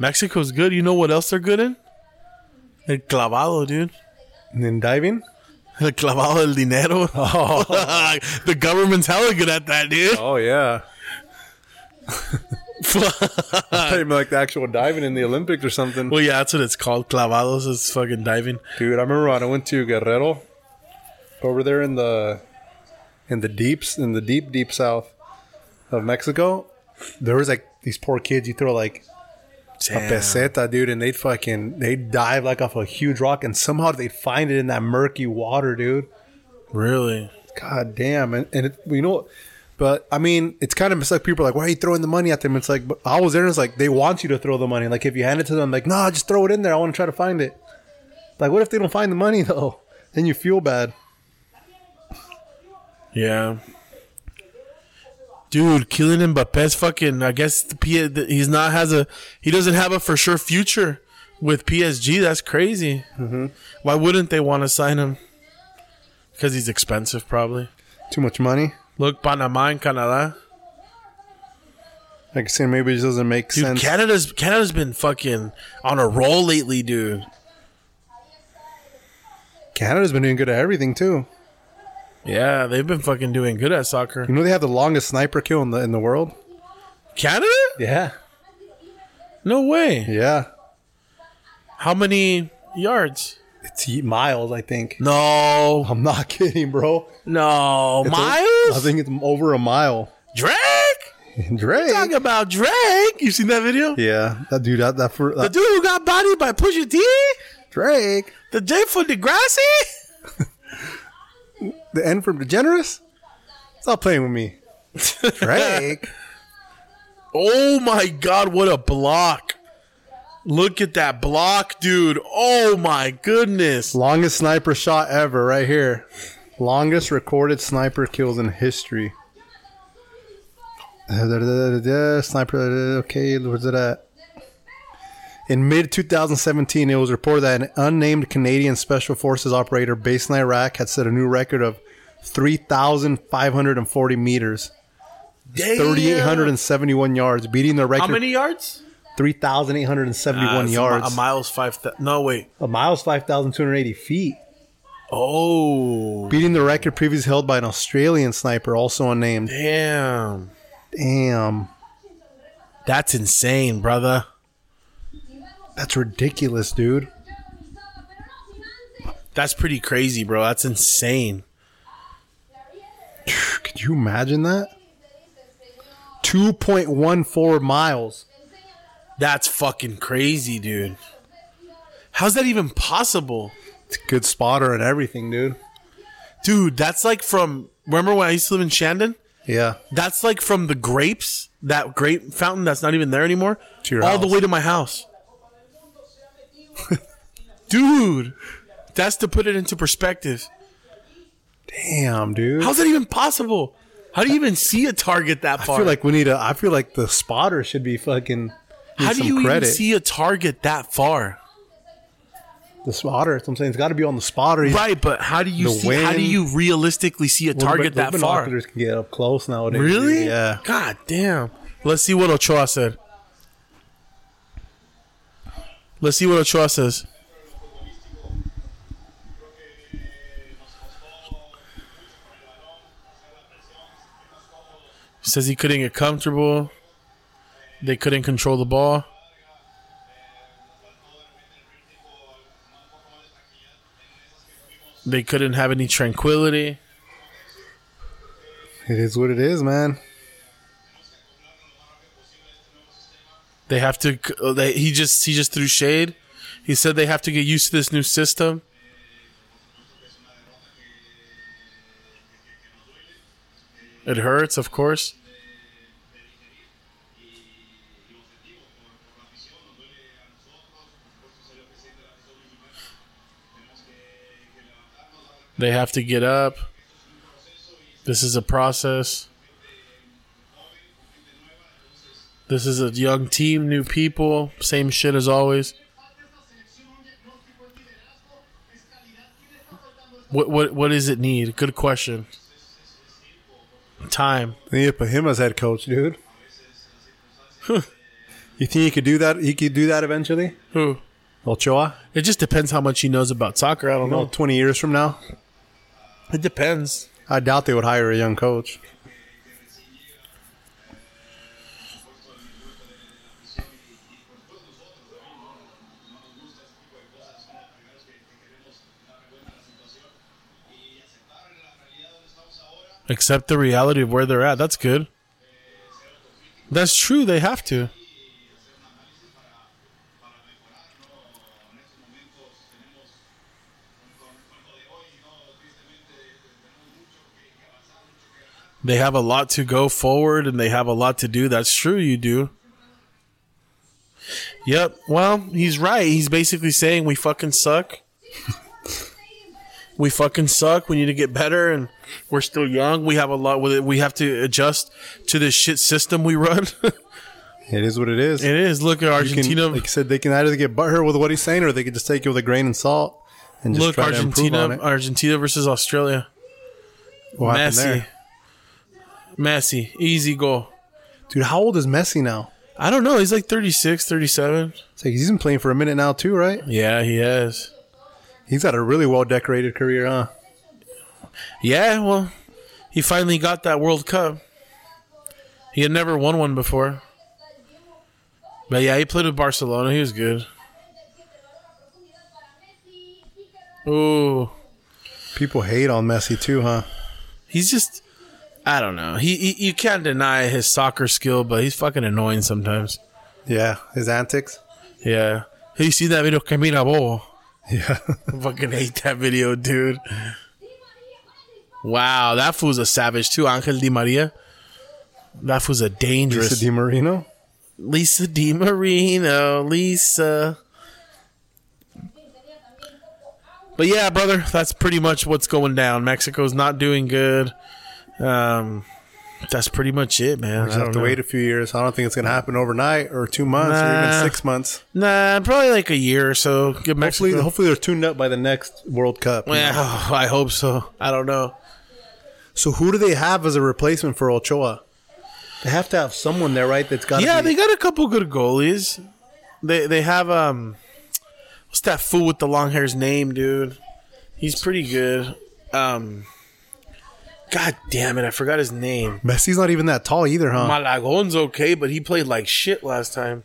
S1: mexico's good you know what else they're good in El clavado, dude.
S3: And then diving.
S1: El clavado del dinero. the government's hella good at that, dude.
S3: Oh yeah. Not even like the actual diving in the Olympics or something.
S1: Well, yeah, that's Uh, what it's called. Clavados is fucking diving.
S3: Dude, I remember when I went to Guerrero over there in the in the deeps in the deep deep south of Mexico. There was like these poor kids. You throw like a peseta, dude, and they'd fucking they'd dive like off a huge rock, and somehow they'd find it in that murky water, dude.
S1: Really?
S3: God damn, and and it, you know, but I mean, it's kind of it's like people are like, why are you throwing the money at them? It's like but I was there, and it's like they want you to throw the money. Like if you hand it to them, like nah, just throw it in there. I want to try to find it. Like what if they don't find the money though? Then you feel bad.
S1: Yeah. Dude, Kylian Mbappe's fucking. I guess the P- the- he's not has a. He doesn't have a for sure future with PSG. That's crazy. Why wouldn't they want to sign him? Because he's expensive, probably.
S3: Too much money.
S1: Look, Panama and Canada.
S3: Like I said, maybe it just doesn't make
S1: Dude,
S3: sense.
S1: Canada's Canada's been fucking on a roll lately, dude.
S3: Canada's been doing good at everything too.
S1: Yeah, they've been fucking doing good at soccer.
S3: You know they have the longest sniper kill in the in the world.
S1: Canada?
S3: Yeah,
S1: No way.
S3: yeah.
S1: How many yards?
S3: It's y- miles, I think.
S1: No,
S3: I'm not kidding, bro.
S1: no,
S3: It's o- I
S1: Miles
S3: think it's over a mile.
S1: Drake.
S3: Drake.
S1: Talk about Drake. You seen that video?
S3: Yeah, that dude. That that for
S1: The
S3: that,
S1: dude who got bodied by Pusha T,
S3: Drake.
S1: the J for Degrassi.
S3: The N from DeGeneres? Stop playing with me. Drake.
S1: Oh my God! What a block! Look at that block, dude. Oh my goodness.
S3: Longest sniper shot ever, right here. Longest recorded sniper kills in history. Uh, da, da, da, da, da, Sniper, uh, okay, where's it at? In mid 2017, it was reported that an unnamed Canadian Special Forces operator based in Iraq had set a new record of 3,540 meters,
S1: Damn.
S3: 3,871 yards, beating the
S1: How
S3: record
S1: many yards? Uh,
S3: 3,871
S1: it's a mi-
S3: yards.
S1: A, mile's five. Th- no, wait.
S3: A mile's 5,280 feet,
S1: Oh,
S3: beating the record previously held by an Australian sniper, also unnamed.
S1: damn.
S3: Damn.
S1: That's insane, brother.
S3: That's ridiculous, dude.
S1: That's pretty crazy, bro. That's insane.
S3: Could you imagine that? 2.14 miles.
S1: That's fucking crazy, dude. How's that even possible?
S3: It's a good spotter and everything, dude.
S1: Dude, that's like from remember when I used to live in Shandon?
S3: Yeah.
S1: That's like from the grapes, that grape fountain that's not even there anymore,
S3: To your
S1: all
S3: house.
S1: the way to my house. dude, that's to put it into perspective.
S3: Damn, dude.
S1: How's that even possible? How do you even see a target that
S3: I
S1: far?
S3: feel like we need a. I feel like the spotter should be fucking.
S1: How
S3: need
S1: do
S3: some
S1: you
S3: credit.
S1: even see a target that far?
S3: The spotter. That's what I'm saying. It's got to be on the spotter. He's-
S4: Right, but how do you
S3: The
S4: see? How do
S3: wind.
S4: you realistically see
S3: Well,
S4: a
S3: the-
S4: target
S3: the
S4: that far?
S3: Binoculars can get up close nowadays.
S1: Really?
S3: Yeah.
S1: God damn. Let's see what Ochoa said. Let's see what Ochoa says. Says he couldn't get comfortable. They couldn't control the ball. They couldn't have any tranquility.
S3: It is what it is, man.
S1: They have to. uh, They, he just he just threw shade. He said they have to get used to this new system. It hurts, of course. They have to get up. This is a process. This is a young team, new people, same shit as always. What what what does it need? Good question. Time.
S3: They need to put him as head coach, dude. you think he could do that? He could do that eventually.
S1: Who?
S3: Ochoa.
S1: It just depends how much he knows about soccer. I don't
S3: You know,
S1: know.
S3: twenty years from now,
S1: It depends.
S3: I doubt they would hire a young coach.
S1: Accept the reality of where they're at. That's good. That's true. They have to. They have a lot to go forward and they have a lot to do. That's true. You do. Yep. Well, he's right. He's basically saying we fucking suck. we fucking suck. We need to get better, and we're still young. We have a lot with it. We have to adjust to this shit system we run. it
S3: It is what it is.
S1: is. Look at
S3: You can-
S1: Argentina.
S3: like I said, they can either get butthurt with what he's saying, or they could just take it with a grain of salt and just
S1: look
S3: try to improve on
S1: Argentina.
S3: it.
S1: Argentina versus Australia.
S3: What happened
S1: Messi.
S3: there?
S1: Messi. Easy goal.
S3: dude? How old is Messi now?
S1: I don't know. He's like 36, 37.
S3: It's like he's been playing for a minute now too, right?
S1: Yeah, he is.
S3: He's had a really well decorated career, huh?
S1: Yeah, well, he finally got that World Cup. He had never won one before. But yeah, he played with Barcelona. He was good. Ooh,
S3: People hate on Messi too, huh?
S1: he's just I don't know. He, he you can't deny his soccer skill, but he's fucking annoying sometimes.
S3: Yeah, his antics.
S1: Yeah. Have you seen that video Camina Bobo?
S3: Yeah,
S1: I fucking hate that video, dude. Wow, that fool's a savage too, Angel Di Maria. That fool's a dangerous
S3: Lisa Di Marino.
S1: Lisa Di Marino, Lisa. But yeah, brother, that's pretty much what's going down. Mexico's not doing good. Um, that's pretty much it, man.
S3: We
S1: I
S3: just have
S1: don't
S3: to
S1: know.
S3: wait a few years. I don't think it's going to happen overnight or two months or
S1: Nah.
S3: even six months.
S1: Nah, probably like a year or so. Give Mexico.
S3: Hopefully, hopefully they're tuned up by the next World Cup.
S1: well, I hope so. I don't know.
S3: So who do they have as a replacement for Ochoa? They have to have someone there, right? That's got
S1: Yeah,
S3: be,
S1: they got a couple good goalies. They they have um, what's that fool with the long hair's name, dude? He's pretty good. Um, God damn it, I forgot his name.
S3: Messi's not even that tall either, huh?
S1: Malagon's okay, but he played like shit last time.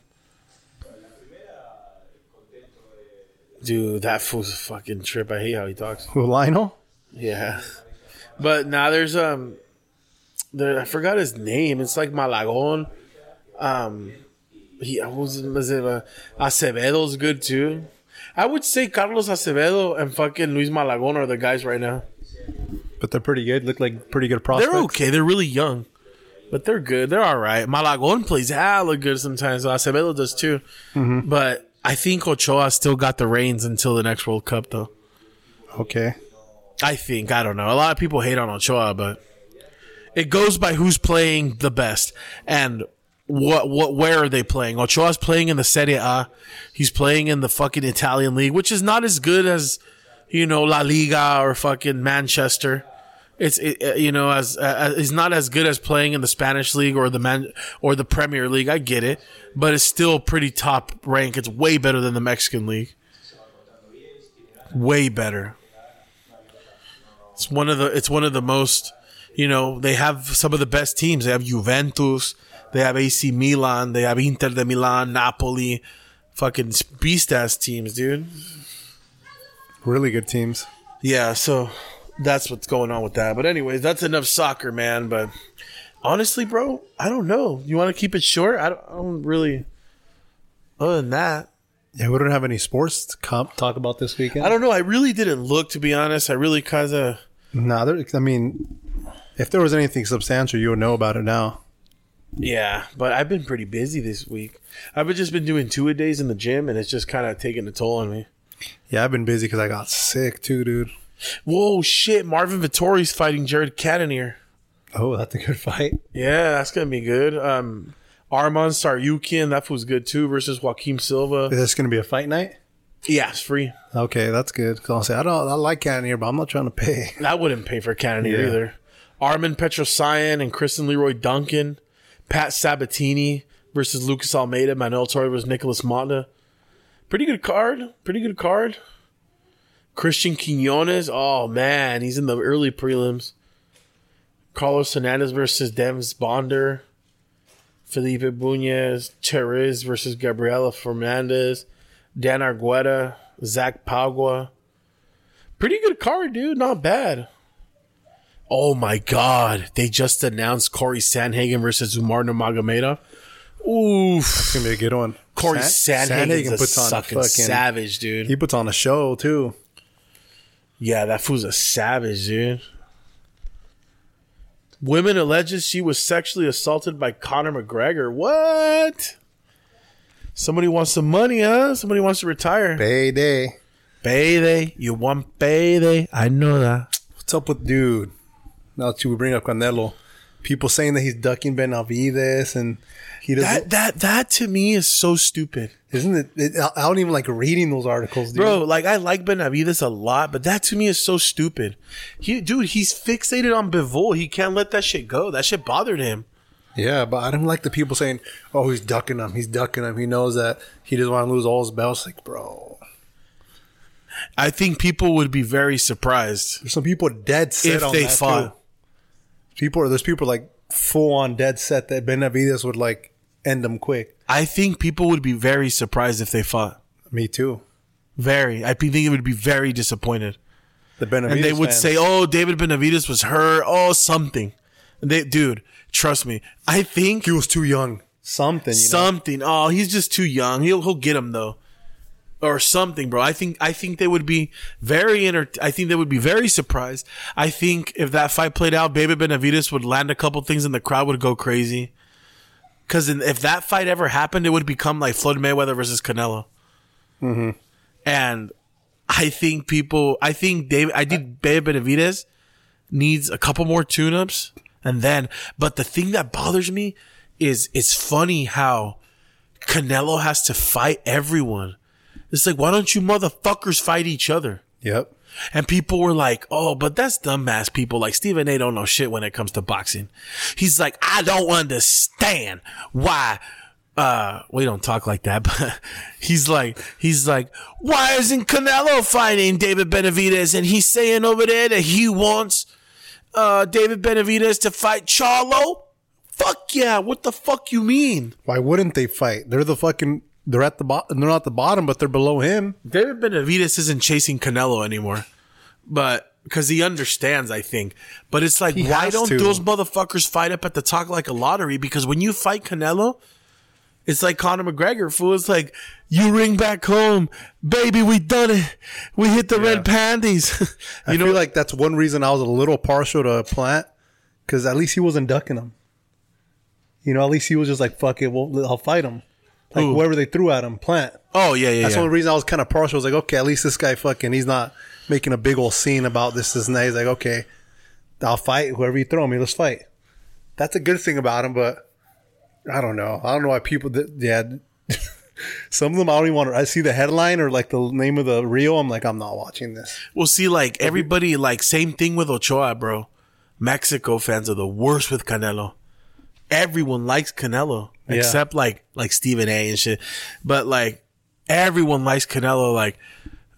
S1: Dude, that fool's a fucking trip. I hate how he talks.
S3: Who, Lionel.
S1: Yeah, but now there's um, there I forgot his name. It's like Malagon. Um, he I was was it uh, Acevedo's good too. I would say Carlos Acevedo and fucking Luis Malagon are the guys right now.
S3: But they're pretty good. Look like pretty good prospects.
S1: They're okay. They're really young, but they're good. They're all right. Malagon plays hella good sometimes. Acevedo does too. But I think Ochoa still got the reins until the next World Cup, though.
S3: Okay.
S1: I think. I don't know. A lot of people hate on Ochoa, but it goes by who's playing the best. And what what where are they playing? Ochoa's playing in the Serie A. He's playing in the fucking Italian league, which is not as good as you know La Liga or fucking Manchester. It's it, uh, you know as uh, is not as good as playing in the Spanish league or the man or the Premier League. I get it, but it's still pretty top rank. It's way better than the Mexican league. Way better. It's one of the it's one of the most you know, they have some of the best teams. They have Juventus, they have AC Milan, they have Inter de Milan, Napoli, fucking beast ass teams, dude.
S3: Really good teams.
S1: Yeah, so that's what's going on with that. But anyways, that's enough soccer, man. But honestly, bro, I don't know. You want to keep it short? I don't, I don't really. Other than that,
S3: Yeah, we don't have any sports to comp- talk about this weekend.
S1: I don't know. I really didn't look, to be honest. I really kind of.
S3: No, there, I mean, if there was anything substantial, you would know about it now.
S1: Yeah, but I've been pretty busy this week. I've just been doing two a days in the gym, and it's just kind of taking a toll on me.
S3: Yeah, I've been busy because I got sick too, dude.
S1: Whoa, shit! Marvin Vittori's fighting Jared Cannonier.
S3: Oh, that's a good fight.
S1: Yeah, that's gonna be good. Um, Arman Saryukin, that was good too, versus Joaquim Silva.
S3: Is this going to be a fight night?
S1: Yeah, it's free.
S3: Okay, that's good. i I'll say I don't. I like Cannon here, but I'm not trying to pay.
S1: I wouldn't pay for Cannonier
S3: Yeah.
S1: either. Armin Petrosian and Kristen Leroy Duncan, Pat Sabatini versus Lucas Almeida, Manuel Torre versus Nicholas Mata. Pretty good card. Pretty good card. Christian Quinones. Oh man, he's in the early prelims. Carlos Hernandez versus Dems Bonder. Felipe Bunez, Terez versus Gabriela Fernandez, Dan Argueta, Zach Pagua. Pretty good card, dude. Not bad. Oh my God! They just announced Corey Sanhagen versus Umar Nurmagomedov. Oof!
S3: It's going to be a good one.
S1: Corey
S3: San-
S1: Sanhagen's a
S3: puts on a
S1: sucking
S3: fucking-
S1: savage, dude.
S3: He puts on a show too.
S1: Yeah, that fool's a savage, dude. Women alleges she was sexually assaulted by Conor McGregor. What? Somebody wants some money, huh? Somebody wants to retire.
S3: Payday.
S1: Payday. You want payday? I know that.
S3: What's up with dude? Now that you bring up Canelo, people saying that he's ducking Benavides and he
S1: That
S3: doesn't.
S1: that that to me is so stupid.
S3: isn't it, it? I I don't even like reading those articles, dude.
S1: Bro, like I like Benavides a lot, but that to me is so stupid. He dude, he's fixated on Bivol. He can't let that shit go. That shit bothered him.
S3: Yeah, but I don't like the people saying, "Oh, he's ducking him. He's ducking him. He knows that he doesn't want to lose all his belts." Like, bro,
S1: I think people would be very surprised
S3: there's some people dead set
S1: if
S3: on
S1: they
S3: that,
S1: fought.
S3: too. People, there's people like full on dead set that Benavides would like end him quick.
S1: I think people would be very surprised if they fought.
S3: Me too.
S1: Very. I think they would be very disappointed.
S3: The Benavides
S1: And they would
S3: fans.
S1: say, oh, David Benavides was her, oh, something. And they, dude, trust me. I think
S3: he was too young. Something. You know?
S1: something. Oh, he's just too young. He'll, he'll get him though. Or something, bro. I think I think they would be very enter- I think they would be very surprised. I think if that fight played out, Baby Benavides would land a couple things and the crowd would go crazy. Because if that fight ever happened, it would become like Floyd Mayweather versus Canelo.
S3: Mm-hmm.
S1: And I think people, I think Dave, I think Babe Benavides needs a couple more tune-ups, and then. But the thing that bothers me is it's funny how Canelo has to fight everyone. It's like why don't you motherfuckers fight each other?
S3: Yep.
S1: And people were like, oh, but that's dumbass people. Like Stephen A don't know shit when it comes to boxing. He's like, I don't understand why. Uh, we don't talk like that, but he's like, he's like, why isn't Canelo fighting David Benavides? And he's saying over there that he wants, uh, David Benavides to fight Charlo. Fuck yeah. What the fuck you mean?
S3: Why wouldn't they fight? They're the fucking. They're at the bottom. They're not the bottom, but they're below him.
S1: David Benavides isn't chasing Canelo anymore, but because he understands, I think. But it's like, why
S3: has
S1: don't
S3: to.
S1: those motherfuckers fight up at the top like a lottery? Because when you fight Canelo, it's like Conor McGregor, fool. It's like you ring back home, baby. We done it. We hit the red panties.
S3: You
S1: you
S3: know,
S1: know,
S3: like that's one reason I was a little partial to Plant because at least he wasn't ducking him. You know, at least he was just like, "Fuck it, well, I'll fight him." Like
S1: Who?
S3: whoever they threw at him, Plant.
S1: oh yeah, yeah,
S3: That's
S1: yeah.
S3: one reason I was kind of partial. I was like, "Okay, at least this guy fucking he's not making a big old scene about this, this, and that." He's like, "Okay, I'll fight whoever you throw me. Let's fight." That's a good thing about him, but I don't know. I don't know why people that yeah. Some of them I don't even want to. I see the headline or like the name of the reel. I'm like, I'm not watching this.
S1: Well, see, like everybody, like same thing with Ochoa, bro. Mexico fans are the worst with Canelo. Everyone likes Canelo except like like Stephen A. and shit, but like everyone likes Canelo. Like,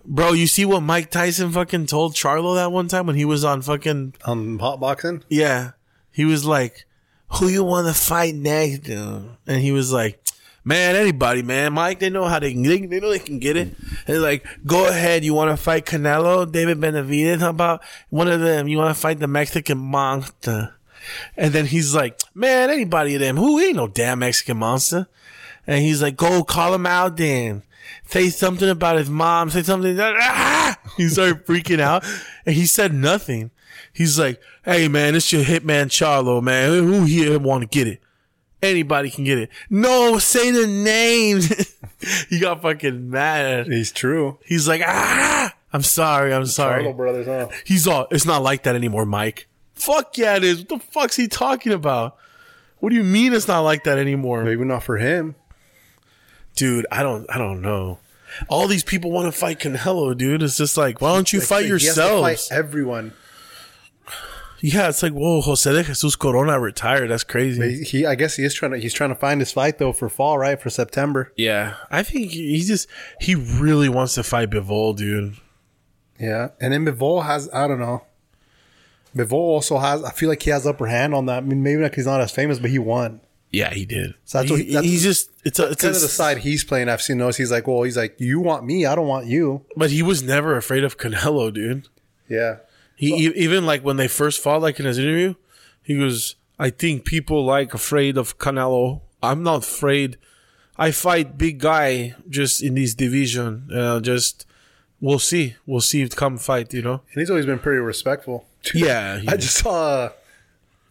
S1: bro, you see what Mike Tyson fucking told Charlo that one time when he was on fucking
S3: I'm hot boxing.
S1: yeah. He was like, "Who you want to fight next?" dude?" And he was like, "Man, anybody, man. Mike, they know how they can. They, they know they can get it." And like, "Go ahead. You want to fight Canelo, David Benavidez? How about one of them? You want to fight the Mexican monster?" And then he's like, "Man, anybody of them? Who ain't no damn Mexican monster?" And he's like, "Go call him out, then." Say something about his mom. Say something. Ah! He started freaking out, and he said nothing. He's like, "Hey man, it's your hitman Charlo, man. Who here want to get it? Anybody can get it. No, say the names." he got fucking mad.
S3: He's true.
S1: He's like, "Ah, I'm sorry, I'm sorry."
S3: Charlo brothers, huh?
S1: He's all, "It's not like that anymore, Mike." Fuck yeah, it is. What the fuck's he talking about? What do you mean it's not like that anymore?
S3: Maybe not for him.
S1: dude i don't i don't know all these people want to fight canelo dude it's just like why don't you fight
S3: He has to
S1: yourselves
S3: fight everyone.
S1: yeah it's like whoa jose de jesus corona retired that's crazy
S3: He, he- I guess he is trying to. He's trying to find his fight though for fall, right? For September.
S1: yeah i think he he just he really wants to fight bivol dude
S3: Yeah, and then Bivol has. I don't know. Bivol also has. I feel like he has upper hand on that. I mean, maybe like he's not as famous, but he won.
S1: yeah he did
S3: So that's what-
S1: He-
S3: that's-
S1: he's just it's a, it's
S3: Kind
S1: a,
S3: of the side he's playing, I've seen those. He's like, well, he's like, you want me, I don't want you.
S1: but he was never afraid of canelo dude
S3: Yeah.
S1: He e even like when they first fought, like in his interview, he goes, "I think people like afraid of Canelo. I'm not afraid. I fight big guy just in this division. Uh, just we'll see, we'll see it come fight. You know?
S3: And he's always been pretty respectful.
S1: Yeah, he-
S3: I just saw.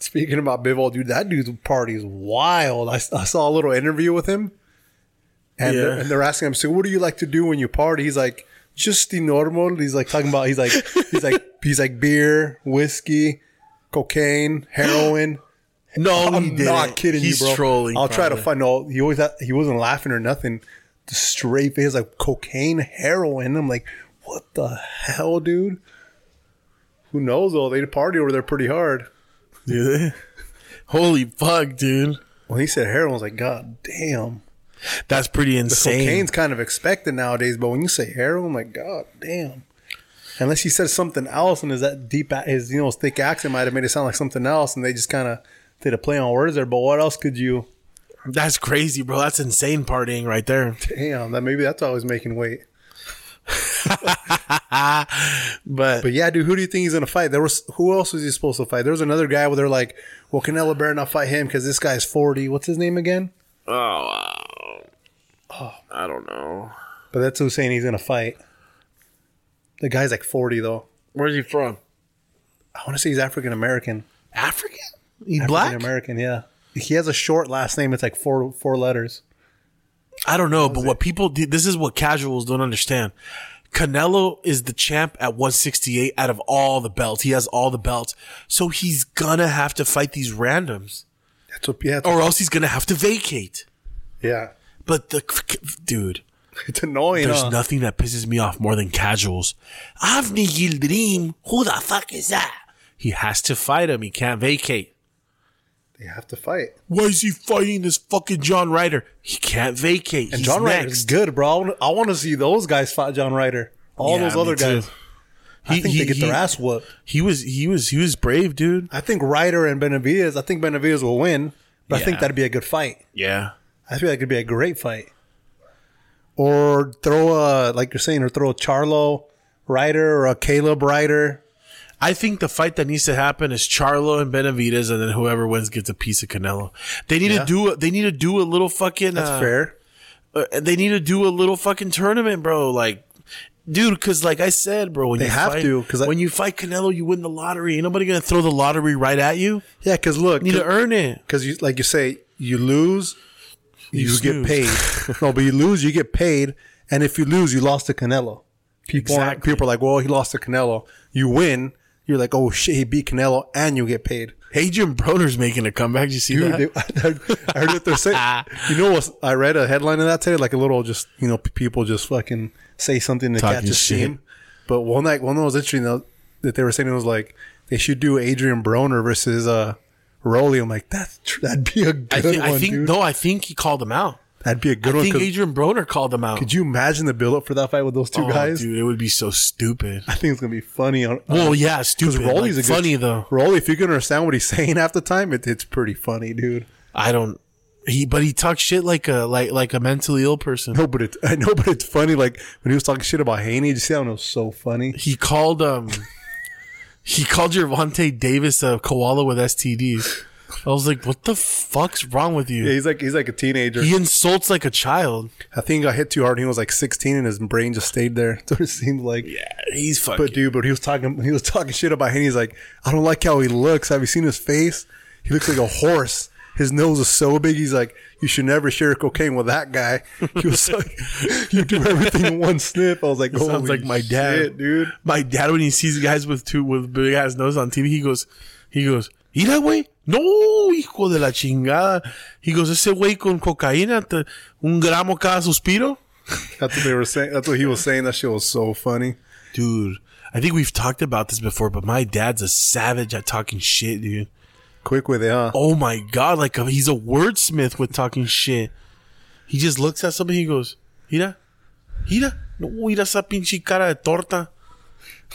S3: Speaking about Bivol, dude, that dude's party is wild. I, I saw a little interview with him, and
S1: Yeah.
S3: they're, and they're asking him, "So, what do you like to do when you party?" He's like, "Just the normal." He's like talking about he's like he's like he's like beer, whiskey, cocaine, heroin.
S1: No,
S3: I'm not kidding
S1: He's
S3: you, bro.
S1: trolling.
S3: I'll try to
S1: probably.
S3: find. No, he always had, he wasn't laughing or nothing. Just straight face like cocaine, heroin. I'm like, what the hell, dude? Who knows? Though they party over there pretty hard.
S1: Dude. Holy fuck, dude!
S3: When he said heroin, I was like, God damn.
S1: That's pretty insane.
S3: Cocaine's kind of expected nowadays, but when you say heroin, I'm like, God damn. Unless he said something else, and is that deep, a- his you know his thick accent might have made it sound like something else, and they just kind of did a play on words there. But what else could you?
S1: That's crazy, bro. That's insane partying right there.
S3: Damn, that maybe that's why I was making weight.
S1: But,
S3: But yeah, dude, who do you think he's gonna fight? There was who else was he supposed to fight? There was another guy where they're like, "Well, Canelo better not fight him because this guy's forty. What's his name again?" Oh.
S1: oh, wow. I don't know.
S3: But that's who's saying he's gonna fight. The guy's like forty though.
S1: Where's he from?
S3: I want to say he's African American.
S1: African? He black?
S3: African American, yeah. He has a short last name. It's like four four letters.
S1: I don't know, but what people do, this is what casuals don't understand. Canelo is the champ at 168 out of all the belts. He has all the belts. So he's gonna have to fight these randoms
S3: That's what. Yeah, that's-
S1: or else he's gonna have to vacate.
S3: yeah.
S1: But the, dude,
S3: It's annoying.
S1: there's
S3: huh?
S1: nothing that pisses me off more than casuals. Avni Yildirim, who the fuck is that? He has to fight him. He can't vacate.
S3: they have to fight.
S1: Why is he fighting this fucking John Ryder? He can't vacate.
S3: And
S1: He's
S3: John
S1: next.
S3: Ryder's good, bro. I wanna- I want to see those guys fight John Ryder. All
S1: Yeah,
S3: those other
S1: me too.
S3: guys. I think they get their ass whooped.
S1: He was he was he was brave, dude.
S3: I think Ryder and Benavidez. I think Benavidez will win, but I
S1: Yeah.
S3: think that'd be a good fight.
S1: Yeah.
S3: I feel like it'd be a great fight. Or throw a like you're saying, or throw a Charlo Ryder or a Caleb Ryder.
S1: I think the fight that needs to happen is Charlo and Benavides, and then whoever wins gets a piece of Canelo. They need to
S3: Yeah.
S1: do a, they need to do a little fucking
S3: That's
S1: uh,
S3: fair.
S1: uh, they need to do a little fucking tournament, bro. Like, dude, because like I said, bro, when
S3: They
S1: you
S3: have
S1: fight,
S3: to, 'cause I-
S1: when you fight Canelo, you win the lottery. Ain't nobody gonna throw the lottery right at you.
S3: Yeah, because look,
S1: You need to earn it.
S3: because you like you say, you lose, you,
S1: snooze.
S3: get paid. no, but you lose, you get paid, and if you lose, you lost to Canelo. People aren't-
S1: Exactly.
S3: people are like, well, he lost to Canelo. You win, you're like, oh shit, he beat Canelo, and you get paid.
S1: Adrian Broner's making a comeback. Did you see
S3: Dude,
S1: that?
S3: they- I heard- I heard what they're saying. You know what? I read a headline of that today, like a little just, you know, p- people just fucking say something to
S1: Talking
S3: catch a
S1: shit.
S3: steam. But one night, one that was interesting though, that they were saying it was like they should do Adrian Broner versus uh Rolly. I'm like, that's tr- that'd be a good
S1: I, thi-
S3: one,
S1: I think
S3: dude.
S1: no, I think he called him out.
S3: that'd be a good
S1: I
S3: one.
S1: think
S3: 'cause
S1: Adrian Broner called him out.
S3: could you imagine the build up for that fight with those two
S1: Oh,
S3: guys?
S1: dude, it would be so stupid.
S3: I think it's gonna be funny. On,
S1: Well, yeah, stupid.
S3: because Rolly's
S1: like,
S3: a good,
S1: funny though.
S3: Rolly, if you can understand what he's saying half the time, it, it's pretty funny, dude.
S1: I don't. He, but he talks shit like a like like a mentally ill person.
S3: No, but it's I know, but it's funny. Like when he was talking shit about Haney, did you see that one? It was so funny.
S1: He called um, he called Gervonta Davis a koala with STDs. I was like, what the fuck's wrong with
S3: Yeah,
S1: you?
S3: he's like he's like a teenager.
S1: He insults like a child.
S3: I think he got hit too hard. He was like 16, and his brain just stayed there. So it seemed like.
S1: Yeah, he's fucking.
S3: But dude, but he was talking he was talking shit about Haney. He's like, I don't like how he looks. Have you seen his face? He looks like a horse. His nose is so big. He's like, you should never share cocaine with that guy. He was like, you do everything in one snip. I was like,
S1: sounds
S3: holy
S1: like my dad,
S3: shit, dude.
S1: My dad, when he sees guys with two with big ass nose on TV, he goes, he goes, mira, güey, no, hijo de la chingada. He goes, ese güey con cocaína, te- un gramo cada suspiro.
S3: That's what they were saying. That's what he was saying. That shit was so funny.
S1: Dude, I think we've talked about this before, but my dad's a savage at talking shit, dude.
S3: Quick with it, huh?
S1: Oh my god, like uh, he's a wordsmith with talking shit. He just looks at somebody, he goes, mira, mira, no, mira esa pinche cara de torta.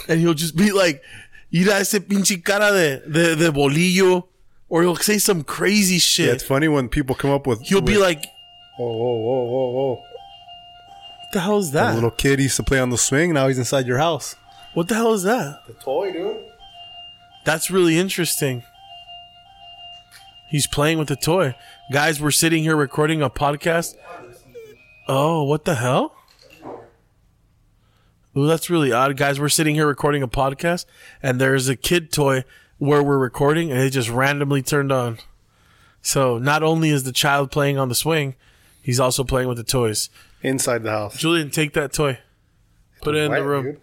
S1: And he'll just be like, mira ese pinche cara de, de, de bolillo. Or he'll say some crazy
S3: Yeah,
S1: shit.
S3: it's funny when people come up with.
S1: he'll be
S3: with-
S1: like, what
S3: whoa, whoa, whoa, whoa, whoa.
S1: the hell is
S3: The
S1: that?
S3: little kid used to play on the swing. Now he's inside your house.
S1: What the hell is that?
S2: The toy, dude.
S1: That's really interesting. He's playing with a toy. Guys, we're sitting here recording a podcast. Oh, what the hell? Ooh, that's really odd. Guys, we're sitting here recording a podcast, and there's a kid toy where we're recording, and it just randomly turned on. So not only is the child playing on the swing, he's also playing with the toys.
S3: Inside the house.
S1: Julian, take that toy. Put it in the
S3: Why,
S1: room.
S3: dude?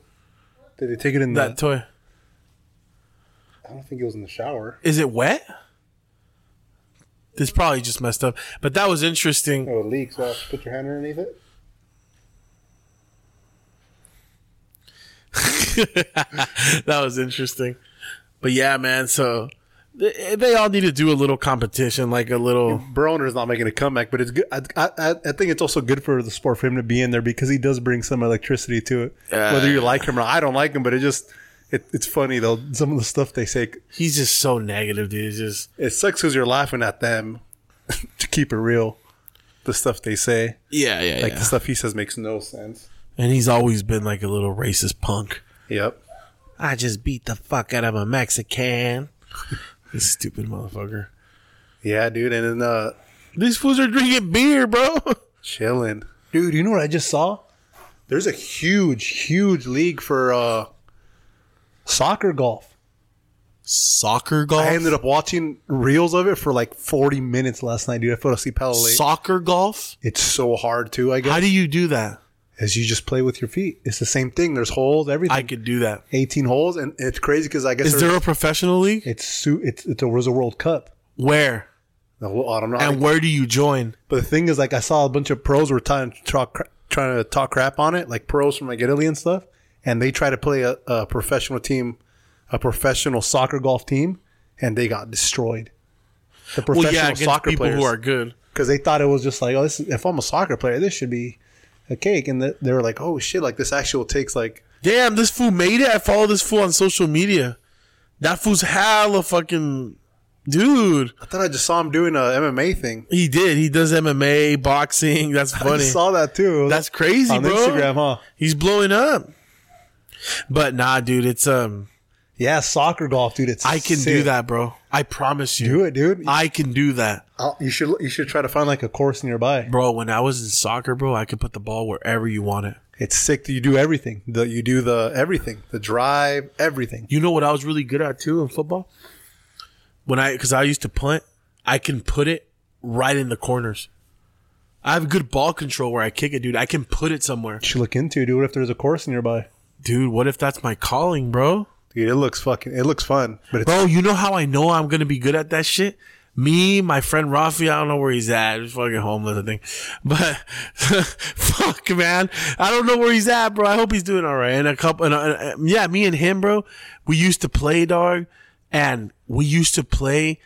S3: Did they take it in
S1: That
S3: that?
S1: toy.
S3: I I don't think it was in the shower.
S1: Is it wet? This probably just messed up. But that was interesting.
S3: Oh, it leaks. Well, put your hand underneath it.
S1: that was interesting. But yeah, man. So they, they all need to do a little competition, like a little.
S3: Broner's not making a comeback, but it's good. I, I, I I think it's also good for the sport for him to be in there because he does bring some electricity to it. Whether you like him or not, I don't like him, but it just it, it's funny though. Some of the stuff they say
S1: He's just so negative, dude. It's just
S3: it sucks because you're laughing at them. to keep it real, the stuff they say,
S1: yeah, yeah,
S3: like the stuff he says, makes no sense.
S1: And he's always been like a little racist punk.
S3: Yep.
S1: I just beat the fuck out of a Mexican. this stupid motherfucker.
S3: Yeah, dude, and then uh,
S1: These fools are drinking beer, bro.
S3: chilling, dude. You know what I just saw? There's a huge, huge league for uh, soccer golf.
S1: Soccer golf.
S3: I ended up watching reels of it for like 40 minutes last night, dude. I fell asleep hella late.
S1: Soccer golf.
S3: it's so hard too, I guess,
S1: How do you do that?
S3: as you just play with your feet. It's the same thing. There's holes, everything.
S1: I could do that.
S3: 18 holes, and it's crazy because I guess
S1: Is
S3: there's-
S1: there a professional league?
S3: it's su- it's it was a World Cup.
S1: Where?
S3: No, I don't know.
S1: And where do you join?
S3: But the thing is, like, I saw a bunch of pros were trying to talk, cra- trying to talk crap on it, like pros from like Italy and stuff, and they try to play a, a professional team, a professional soccer golf team, and they got destroyed. The professional
S1: Well, yeah, against
S3: soccer
S1: people
S3: players,
S1: who are good.
S3: because they thought it was just like, oh, this is, if I'm a soccer player, this should be a cake, and th- they were like, oh shit, like this actual takes like
S1: Damn, this fool made it. I follow this fool on social media. That fool's hella fucking dude.
S3: I thought I just saw him doing a MMA thing.
S1: He did. He does MMA, boxing. That's
S3: I
S1: funny.
S3: just saw that too.
S1: That's crazy,
S3: on
S1: bro.
S3: Instagram, huh?
S1: He's blowing up. But nah, dude, it's um
S3: Yeah, soccer golf, dude. It's
S1: I can do
S3: sick.
S1: that, bro. I promise you.
S3: Do it, dude.
S1: I can do that.
S3: I'll- you should you should try to find like a course nearby.
S1: Bro, when I was in soccer, bro, I could put the ball wherever you want it.
S3: It's sick that you do everything. The, you do the everything, the drive, everything.
S1: You know what I was really good at too in football? When I, cause I used to punt, I can put it right in the corners. I have good ball control where I kick it, dude. I can put it somewhere.
S3: You should look into. Do it if there's a course nearby.
S1: Dude, what if that's my calling, bro?
S3: Dude, it looks fucking. It looks fun, but it's
S1: Bro, you know how I know I'm gonna be good at that shit? Me, my friend Rafi, I don't know where he's at. He's fucking homeless, I think. But fuck, man, I don't know where he's at, bro. I hope he's doing all right. And a couple, and, uh, uh, yeah, me and him, bro, we used to play, dog, and we used to play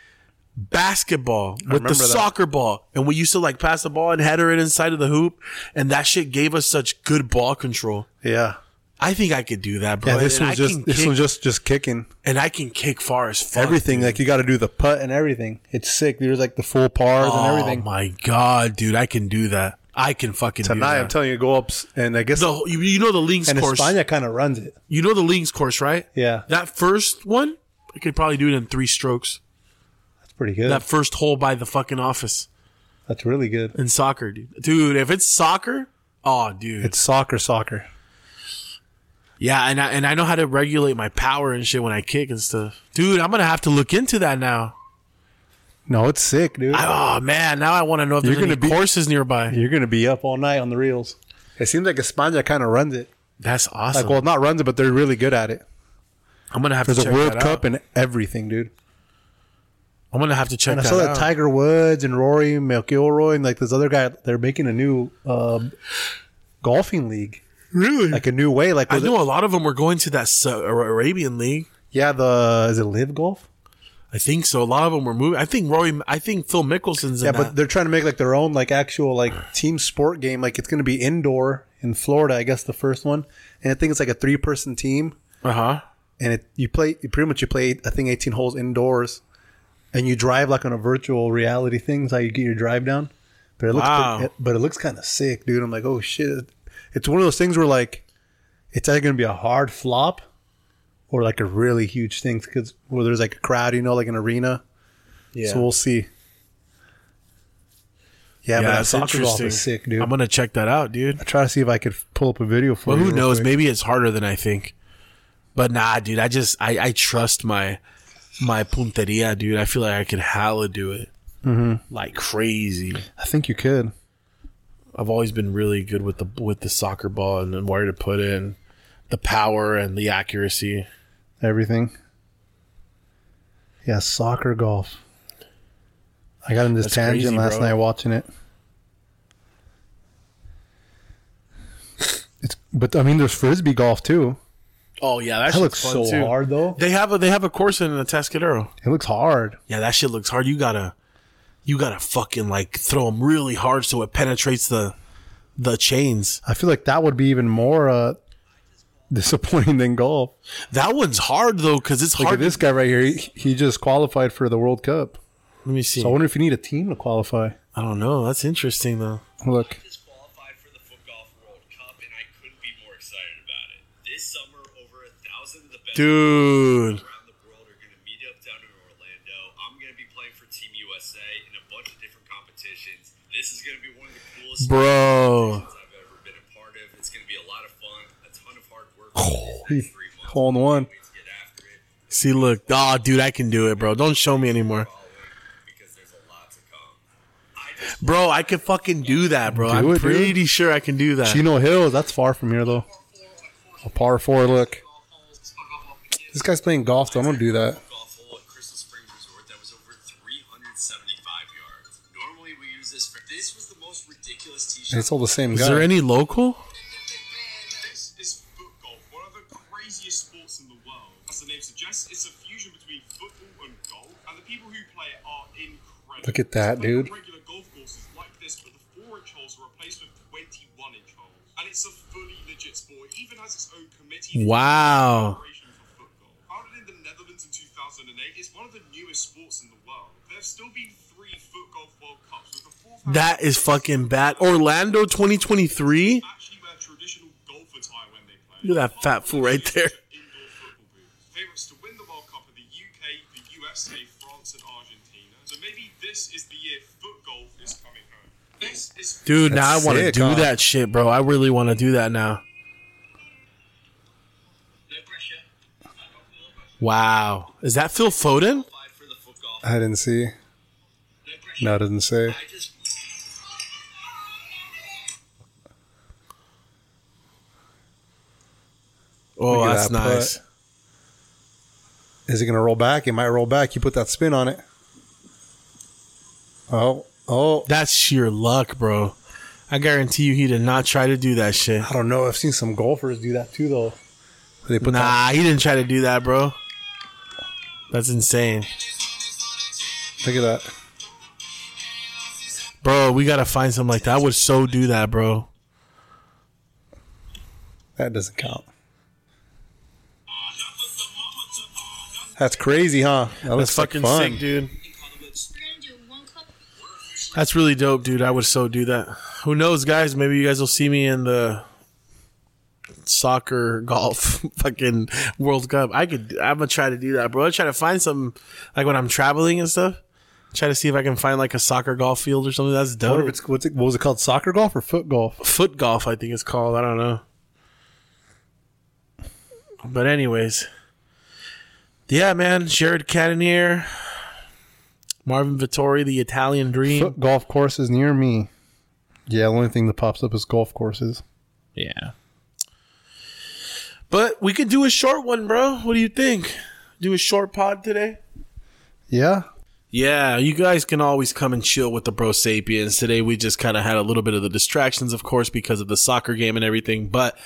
S1: basketball with the
S3: remember that.
S1: soccer ball, and we used to like pass the ball and header it inside of the hoop, and that shit gave us such good ball control.
S3: yeah.
S1: I think I could do that, bro.
S3: Yeah, this
S1: and
S3: one's
S1: I
S3: just
S1: can
S3: this
S1: kick,
S3: one's just just kicking
S1: and I can kick far as fuck.
S3: everything. Like you got to do the putt and everything. It's sick. There's like the full pars and everything.
S1: Oh my god, dude, I can do that. I can fucking
S3: Tonight,
S1: do
S3: I'm
S1: that.
S3: telling you, go ups and I guess
S1: the whole- you, you know the links
S3: and
S1: course.
S3: Espana kind of runs it.
S1: You know the links course, right?
S3: Yeah,
S1: That first one, I could probably do it in three strokes.
S3: that's pretty good.
S1: That first hole by the fucking office
S3: that's really good.
S1: in soccer, dude. Dude, if it's soccer, oh, dude,
S3: It's soccer, soccer.
S1: yeah, and I, and I know how to regulate my power and shit when I kick and stuff. Dude, I'm gonna have to look into that now.
S3: No, it's sick, dude.
S1: I, oh man, now I want to know if there's
S3: You're gonna
S1: any
S3: be-
S1: courses nearby.
S3: You're gonna be up all night on the reels. It seems like Espana kind of runs it.
S1: That's awesome.
S3: Like, well, not runs it, but they're really good at it.
S1: I'm gonna have to
S3: There's
S1: check
S3: a World
S1: that
S3: Cup
S1: out.
S3: and everything, dude.
S1: I'm gonna have to check
S3: And I
S1: that
S3: saw that
S1: out.
S3: Tiger Woods and Rory McIlroy and like this other guy. They're making a new um, golfing league,
S1: really?
S3: like a new way. Like,
S1: I
S3: was it-
S1: know a lot of them were going to that Sa- Ara- Arabian League.
S3: yeah, the is it Live Golf?
S1: I think so. A lot of them were moving. I think Rory. I think Phil Mickelson's in
S3: Yeah,
S1: that.
S3: but they're trying to make like their own like actual like team sport game. Like it's going to be indoor in Florida, I guess the first one. And I think it's like a three person team,
S1: uh huh.
S3: and it you play you pretty much you play I think eighteen holes indoors, and you drive like on a virtual reality thing. It's how you get your drive down. But it looks
S1: Wow.
S3: pretty- but it looks kind of sick, dude. I'm like, oh shit, it's one of those things where like it's either going to be a hard flop or like a really huge thing because where there's like a crowd, you know, like an arena.
S1: Yeah.
S3: So we'll see. Yeah, but that
S1: that's
S3: soccer golf
S1: interesting.
S3: is sick, dude.
S1: I'm
S3: I'm
S1: gonna check that out, dude.
S3: try to see if I could pull up a video for
S1: But
S3: you.
S1: who
S3: real
S1: knows?
S3: quick.
S1: Maybe it's harder than I think. But nah, dude. I just I I trust my my punteria, dude. I feel like I could hella do it
S3: Mm-hmm.
S1: like crazy.
S3: I think you could.
S1: I've always been really good with the with the soccer ball and, and where to put it, and the power and the accuracy.
S3: Everything. Yeah, soccer golf. I got in this
S1: That's
S3: tangent
S1: crazy,
S3: last
S1: bro.
S3: night watching it. It's but I mean there's frisbee golf too.
S1: Oh yeah, that,
S3: That
S1: shit's
S3: looks
S1: fun,
S3: so
S1: too.
S3: hard though.
S1: They have a they have a course in the Tascadero.
S3: It looks hard.
S1: Yeah, that shit looks hard. You gotta, you gotta fucking like throw them really hard so it penetrates the, the chains.
S3: I feel like that would be even more uh disappointing than golf.
S1: That one's hard though because it's
S3: Look
S1: hard.
S3: at this guy right here. He, he just qualified for the World Cup.
S1: Let me see.
S3: So I wonder if you need a team to qualify.
S1: I don't know. That's interesting though.
S3: Look,
S4: just qualified for the Foot Golf World Cup, and I couldn't be more excited about it. This summer, over a thousand of the best
S1: Dude,
S4: around the world are going to meet up down in Orlando. I'm going to be playing for Team USA in a bunch of different competitions. This is going to be one of the coolest
S1: bro,
S4: competitions I've ever been a part of. It's going to be a lot of fun, a ton of hard work. Oh,
S3: he- hole in one.
S4: Wait to get after it.
S1: see, look, oh, dude, I can do it, bro. Don't show me anymore,
S4: Following because there's a lot to come. I just
S1: bro. I could fucking do that, bro. I'm
S3: it, dude.
S1: pretty sure I can do that.
S3: Chino Hills. That's far from here though. A par four. Look, this guy's playing golf. Though. I'm gonna do that.
S4: golf hole at Crystal Springs Resort that was over 375 yards. Normally we use this for this was the most ridiculous tee
S3: And
S4: shot.
S3: It's all the same
S1: Is
S3: guy.
S1: there any local?
S4: This is foot golf, one of the craziest sports in the world. As the name suggests, it's a fusion between football and golf, and the people who play it are incredible.
S3: Look at that,
S4: They play
S3: dude.
S4: Regular golf courses like this, but the four-inch holes are replaced with 21-inch holes, and it's a fully legit sport. It even has its own committee. that
S1: Wow.
S4: Federation for football. Founded in the Netherlands in 2008, it's one of the newest sports in the world. There have still been three foot golf World Cups, with the fourth
S1: That is fucking bad. Orlando 2023.
S4: actually wear traditional golf attire when they play.
S1: Look at that fat fool right there.
S4: Indoor football boots. Favorites to win the World Cup are the UK, the USA, France, and Argentina. So maybe this is the year foot golf is coming home. This is
S1: Dude, now I
S3: That's
S1: want to
S3: sick,
S1: do
S3: huh?
S1: that shit, bro. I really want to do that now.
S4: no pressure.
S1: Wow. Is that Phil Foden?
S4: Applied for the foot golf.
S3: I didn't see.
S4: No pressure.
S3: No, it doesn't say.
S4: I just
S1: Oh,
S3: Look at
S1: that's Oh,
S3: that putt.
S1: nice.
S3: Is it going to roll back? It might roll back. You put that spin on it. Oh, oh.
S1: That's sheer luck, bro. I guarantee you, he did not try to do that shit.
S3: I don't know. I've seen some golfers do that too, though. They put that,
S1: Nah, he didn't try to do that, bro. That's insane,
S3: look at that.
S1: bro. We gotta find something like that. I would so do that, bro.
S3: That doesn't count.
S4: Ah,
S3: That's crazy, huh? That
S1: That's
S3: looks like
S1: fucking
S3: fun.
S1: sick, dude. That's really dope, dude. I would so do that. Who knows, guys? Maybe you guys will see me in the soccer, golf, fucking World Cup. I could. I'm gonna try to do that, bro. I try to find some like when I'm traveling and stuff. Try to see if I can find like a soccer golf field or something. That's
S3: I wonder if
S1: dope.
S3: it's what's it, what was it called? Soccer golf or foot golf?
S1: Foot golf, I think it's called. I don't know. But anyways, yeah, man. Jared Cannonier, Marvin Vittori, the Italian Dream.
S3: Foot golf courses near me. Yeah, the only thing that pops up is golf courses.
S1: Yeah. But we could do a short one, bro. What do you think? Do a short pod today?
S3: Yeah,
S1: Yeah, you guys can always come and chill with the Bro Sapiens. Today we just kind of had a little bit of the distractions, of course, because of the soccer game and everything, but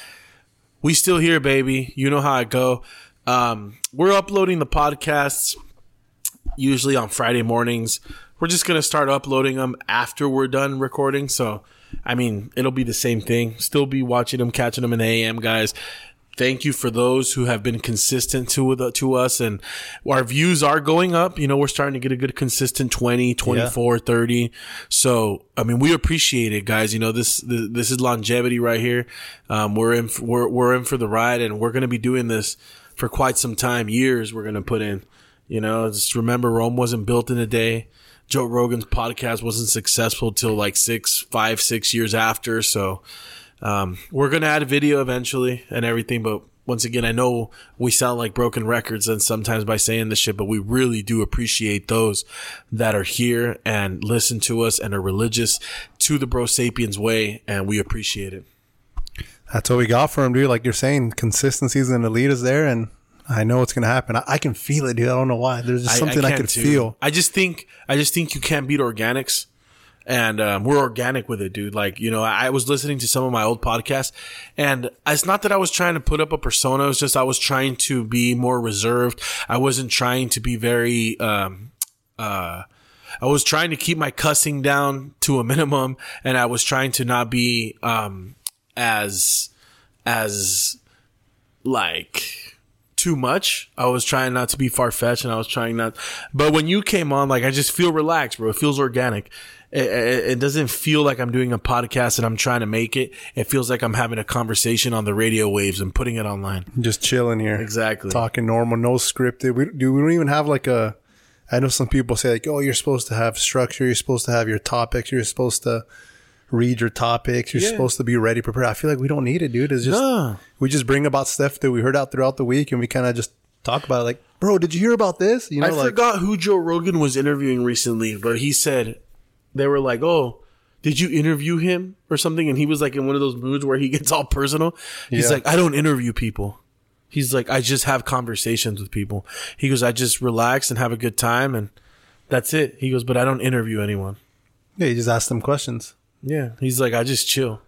S1: we still here, baby. You know how I go. Um, we're uploading the podcasts usually on Friday mornings. We're just gonna start uploading them after we're done recording. So, I mean, it'll be the same thing. Still be watching them, catching them in the AM, guys. Thank you for those who have been consistent to with, to us, and our views are going up. You know, we're starting to get a good consistent 20, 24, 30. So, I mean, we appreciate it, guys. You know, this this, this is longevity right here. Um, we're in f- we're we're in for the ride, and we're going to be doing this for quite some time. Years we're going to put in. You know, just remember Rome wasn't built in a day. Joe Rogan's podcast wasn't successful till like six, five, six years after. So um, we're gonna add video eventually and everything, but once again, I know we sound like broken records and sometimes by saying this shit, but we really do appreciate those that are here and listen to us and are religious to the Bro Sapiens way, and we appreciate it.
S3: that's what we got for him, dude. Like you're saying, consistency's and elite is there, and I know it's gonna happen. I, I can feel it, dude. I don't know why. There's just something I,
S1: can
S3: could
S1: too.
S3: feel.
S1: I just think I just think you can't beat organics, and um, we're organic with it, dude. Like you know, I, I was listening to some of my old podcasts, and it's not that I was trying to put up a persona. It's just I was trying to be more reserved. I wasn't trying to be very. Um, uh, I was trying to keep my cussing down to a minimum, and I was trying to not be um, as as like too much. I was trying not to be far fetched, and I was trying not. But when you came on, like I just feel relaxed, bro. It feels organic. It, it, it doesn't feel like I'm doing a podcast and I'm trying to make it. It feels like I'm having a conversation on the radio waves and putting it online.
S3: Just chilling here.
S1: Exactly.
S3: talking normal, no scripted. We do we don't even have like a. I know some people say like, "Oh, you're supposed to have structure. You're supposed to have your topics. You're supposed to read your topics. You're
S1: Yeah.
S3: supposed to be ready, prepared." I feel like we don't need it, dude. It's just
S1: No.
S3: we just bring about stuff that we heard out throughout the week, and we kind of just talk about it. Like, bro, did you hear about this? You know,
S1: I
S3: like
S1: forgot who Joe Rogan was interviewing recently, but he said they were like, "Oh, did you interview him or something?" And he was like in one of those moods where he gets all personal. He's
S3: Yeah.
S1: like, "I don't interview people." He's like, "I just have conversations with people." He goes, "I just relax and have a good time, and that's it." He goes, "But I don't interview anyone."
S3: yeah, you just ask them questions.
S1: Yeah, he's like, "I just chill."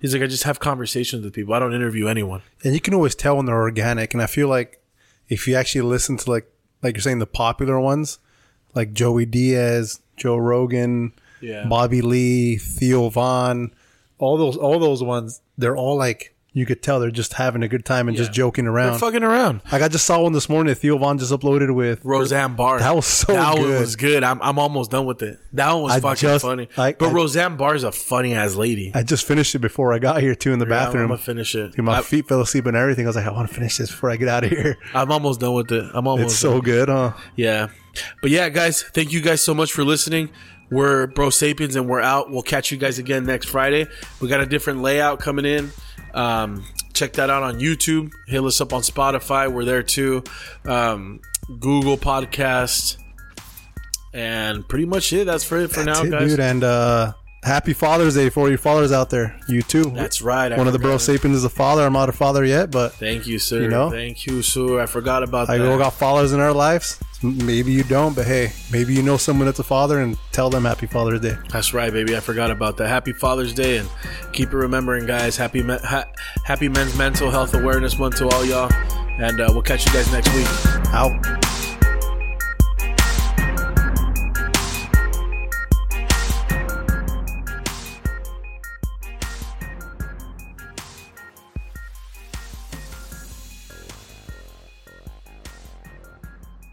S1: He's like, "I just have conversations with people. I don't interview anyone."
S3: and you can always tell when they're organic. And I feel like if you actually listen to like like you're saying the popular ones, like Joey Diaz, Joe Rogan,
S1: Yeah.
S3: Bobby Lee, Theo Vaughn, all those all those ones, they're all like you could tell they're just having a good time and just
S1: Yeah.
S3: joking
S1: They're
S3: around.
S1: fucking around.
S3: like I just saw one this morning that Theo Vaughn just uploaded with
S1: Roseanne Barr.
S3: That was so
S1: that one
S3: good.
S1: was good. I'm, I'm almost done with it. That one was
S3: I
S1: fucking
S3: just-
S1: funny.
S3: I-
S1: but
S3: I-
S1: Roseanne Barr is a funny ass lady.
S3: I just finished it before I got here too in the
S1: I'm
S3: bathroom.
S1: gonna finish it.
S3: Dude, my
S1: I,
S3: feet fell asleep and everything. I was like, I want to finish this before I get out of here.
S1: I'm almost done with it. I'm almost
S3: It's so good, huh?
S1: yeah. But yeah, guys, thank you guys so much for listening. We're Bro Sapiens and we're out. We'll catch you guys again next Friday. We got a different layout coming in. Um, check that out on YouTube. Hit us up on Spotify. We're there too. Um, Google Podcast. And pretty much it. That's for it for
S3: That's
S1: now,
S3: it,
S1: guys.
S3: dude. And uh, Happy Father's Day for all your fathers out there. You too.
S1: That's right. I
S3: One of the bro
S1: forgot.
S3: sapiens is a father. I'm not a father yet, but
S1: Thank you, sir.
S3: You know?
S1: Thank you, sir. I forgot about
S3: I
S1: that.
S3: go got fathers in our lives. Maybe you don't, but hey, maybe you know someone that's a father and tell them Happy Father's Day.
S1: That's right, baby. I forgot about that. Happy Father's Day, and keep it remembering, guys. Happy me- ha- Happy Men's Mental Health Awareness Month to all y'all, and uh, we'll catch you guys next week.
S3: Out.